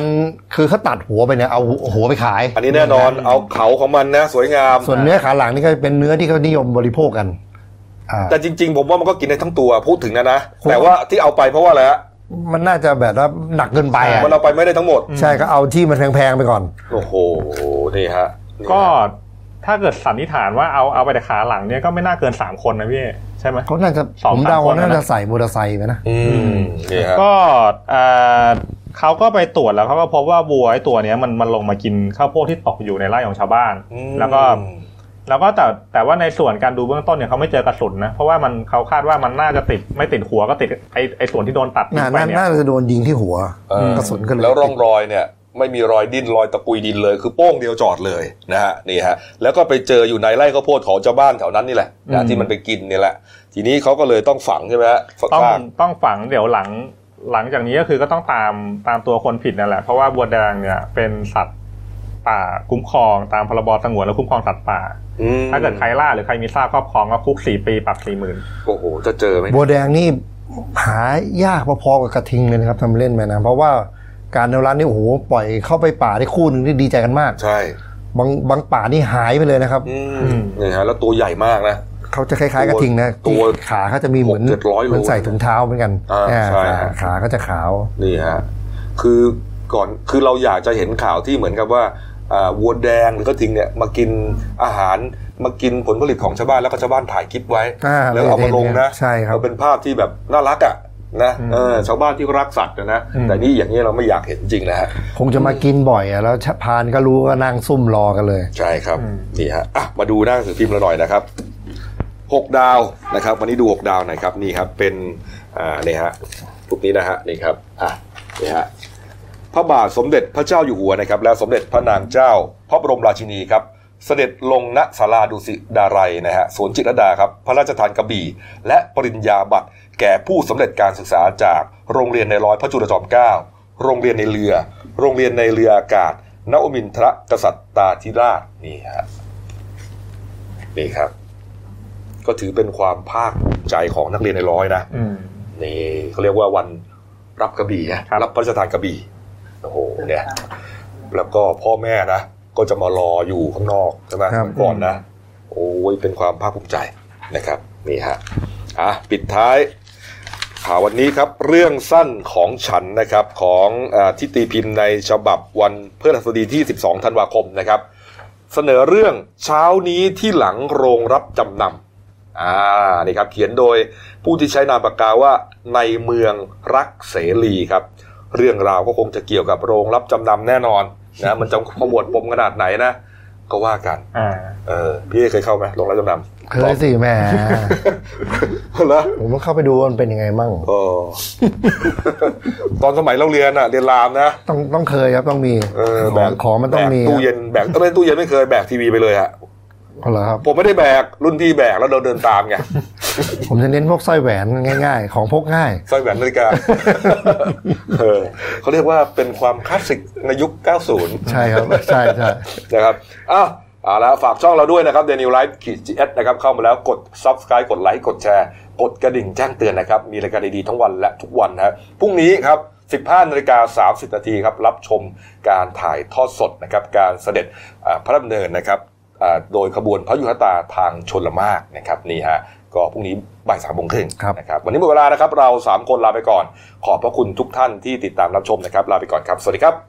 คือเขาตัดหัวไปเนี่ยเอาหัวไปขาย อันนี้แน่นอนเอาเขาของมันนะสวยงาม ส่วนเนื้อขาหลังนี่ก็เป็นเนื้อที่เขานิยมบริโภคกันอ่า แต่จริง ๆ ผมว่ามันก็กินได้ทั้งตัวพูดถึงนะนะ แต่ว่าที่เอาไปเพราะว่าอะไรฮะ มันน่าจะแบบว่าหนักเกินไปอ่ะ มันเอาไปไม่ได้ทั้งหมด ใช่ก็เอาที่มันแพงๆไปก่อน โอ้โห นี่ฮะนี่ฮะ ก็ถ้าเกิดสันนิษฐานว่าเอาเอาไปแต่ขาหลังเนี่ยก็ไม่น่าเกิน 3 คนนะพี่ใช่ไหม เขาน่าจะ สอง ผมเดา สามคน ว่าน่า แล้ว จะ นะ ใส่มอเตอร์ไซค์ไปนะ อืมนี่ฮะ ก็เอ่อเขาก็ไปตรวจแล้วเขาก็พบว่าวัวไอ้ตัวเนี้ยมันมันลงมากินข้าวโพดที่ตกอยู่ในไร่ของชาวบ้าน อืม แล้วก็แล้วก็แต่แต่ว่าในส่วนการดูเบื้องต้นเนี่ยเขาไม่เจอกระสุนนะเพราะว่ามันเขาคาดว่ามันน่าจะติดไม่ติดหัวก็ติดไอไอส่วนที่โดนตัดทิ้ง น่า ไป น่า เนี่ย น่าจะโดนยิงที่หัว เออก ระสุนก็เลย แล้วร่องรอยเนี่ย ไม่มีรอยดิ้นรอยตะกุยดินเลย คือโป้งเดียวจอดเลยนะฮะนี่ฮะ แล้วก็ไปเจออยู่ในไร่ข้าวโพดของเจ้าบ้านแถวนั้นนี่แหละนะ อืม ที่มันไปกินเนี่ยแหละ ทีนี้เขาก็เลยต้องฝังใช่ไหมฮะฝัง ต้อง ซาก ต้องฝังเดี๋ยวหลังหลังจากนี้ก็คือก็ต้องตามตามตัวคนผิดนั่นแหละเพราะว่าบัวแดงเนี่ยเป็นสัตว์ป่าคุ้มครองตามพรบสงวนและคุ้มครองสัตว์ป่า อืม ถ้าเกิดใครล่าหรือใครมีซากครอบครองก็คุกสี่ปีปรับสี่หมื่น โอ้โห จะเจอไหม บัวแดงนี่หายากพอๆกับกระทิงเลยนะครับทำเล่นไปนะ เพราะว่าการเนรันนี่โอ้โหปล่อยเข้าไปป่าได้คู่หนึ่งนี่ดีใจกันมาก ใช่ บางบางป่านี่หายไปเลยนะครับ อืมนี่ฮะ แล้วตัวใหญ่มากนะ เขาจะคล้ายๆกระทิงนะ ตัว ที่ขาเขาจะมีเหมือน หกเจ็ดร้อยโล เหมือนใส่ถุงเท้าเหมือนกัน อ่า อ่า ใช่ ขา ฮะ ขาก็จะขาว นี่ฮะคือก่อนคือเราอยากจะเห็นข่าวที่เหมือนกับว่าอ่าวัวแดงหรือกระทิงเนี่ยมากินอาหารมากินผลผลิตของชาวบ้านแล้วก็ชาวบ้านถ่ายคลิปไว้ อ่า แล้วเอามาลงนะ ใช่ครับ เอาเป็นภาพที่แบบน่ารักอ่ะนะเออชาวบ้านที่รักสัตว์นะนะแต่นี่อย่างนี้ยเราไม่อยากเห็นจริงนะฮะ คงจะมากินบ่อยอะแล้วชะพานก็รู้ก็นั่งซุ่มรอกันเลย ใช่ครับนี่ฮะอ่ะมาดูหน้าหนังสือพิมพ์เราหน่อยนะครับหกดาวนะครับ วันนี้ดูหกดาวหน่อยครับนี่ครับเป็นอ่านี่ฮะรูปนี้นะฮะนี่ครับอ่ะนี่ฮะ พระบาทสมเด็จพระเจ้าอยู่หัวนะครับและสมเด็จพระนางเจ้า พระบรมราชินีครับ เสด็จลงณศาลาดุสิดารัยนะฮะสวนจิตรลดาครับ พระราชทานกระบี่ และปริญญาบัตรแก่ผู้สำเร็จการศึกษาจากโรงเรียนในร้อยพระจุลจอมเกล้าโรงเรียนในเรือ โรงเรียนในเรืออากาศนวมินทรกษัตริย์ตาธิราชนี่ฮะนี่ครับ ก็ถือเป็นความภาคภูมิใจของนักเรียนในร้อยนะ อืม นี่เขาเรียกว่าวันรับกระบี่นะครับ รับพระราชทานกระบี่โอ้โหเนี่ย แล้วก็พ่อแม่นะก็จะมารออยู่ข้างนอกใช่ไหม ครับ ก่อนนะ โอ้ยเป็นความภาคภูมิใจนะครับ นี่ฮะอ่ะปิดท้าย ข่าววันนี้ครับ เรื่องสั้นของฉันนะครับของเออที่ตีพิมพ์ในฉบับวันพฤหัสบดีที่ 12 ธันวาคมนะครับ เสนอเรื่องเช้านี้ที่หลังโรงรับจำนำอ่านี่ครับเขียนโดยผู้ที่ใช้นามปากกาว่าในเมืองรักเสรีครับ เรื่องราวก็คงจะเกี่ยวกับโรงรับจำนำแน่นอน นะมันจะขบวดปมขนาดไหนนะ ก็ว่ากัน อ่า เออพี่เอ๊เคยเข้าไหมโรงรับจำนำ เคยสิแหม่ เหรอ ผมต้องเข้าไปดูว่ามันเป็นยังไงมั่ง โอ้ ตอนสมัยเราเรียนอะเรียนรามนะ ต้องต้องเคยครับต้องมี เออ ข แบ อง ก ของมันต้องมี แบกตู้เย็นแบกเออไม่ตู้เย็นไม่เคยแบกทีวีไปเลยอะ เอาเหรอครับ ผมไม่ได้แบกรุ่นพี่แบกแล้วเราเดินตามไง ผมจะเน้นพวกสร้อยแหวนง่าย ๆ ของพกง่าย สร้อยแหวนนาฬิกา เออเขาเรียกว่าเป็นความคลาสสิกในยุค 90 ใช่ครับ ใช่ใช่ นะครับอ้าวเอาละฝากช่องเราด้วยนะครับ The New Life ขีดจีนะครับเข้ามาแล้วกด subscribe กดไลค์กดแชร์ กดกระดิ่งแจ้งเตือนนะครับ มีรายการดีๆทั้งวันและทุกวันนะฮะพรุ่งนี้ครับ 15นาฬิกา30นาทีครับ รับชมการถ่ายทอดสดนะครับ การเสด็จอ่าพระดำเนินนะครับอ่าโดยขบวนพระยุหตาทางชนละมากนะครับนี่ฮะก็พรุ่งนี้บ่ายสามโมงครึ่ง ครับ นะครับวันนี้หมดเวลานะครับเราสามคนลาไปก่อน ขอบพระคุณทุกท่านที่ติดตามรับชมนะครับลาไปก่อนครับสวัสดีครับ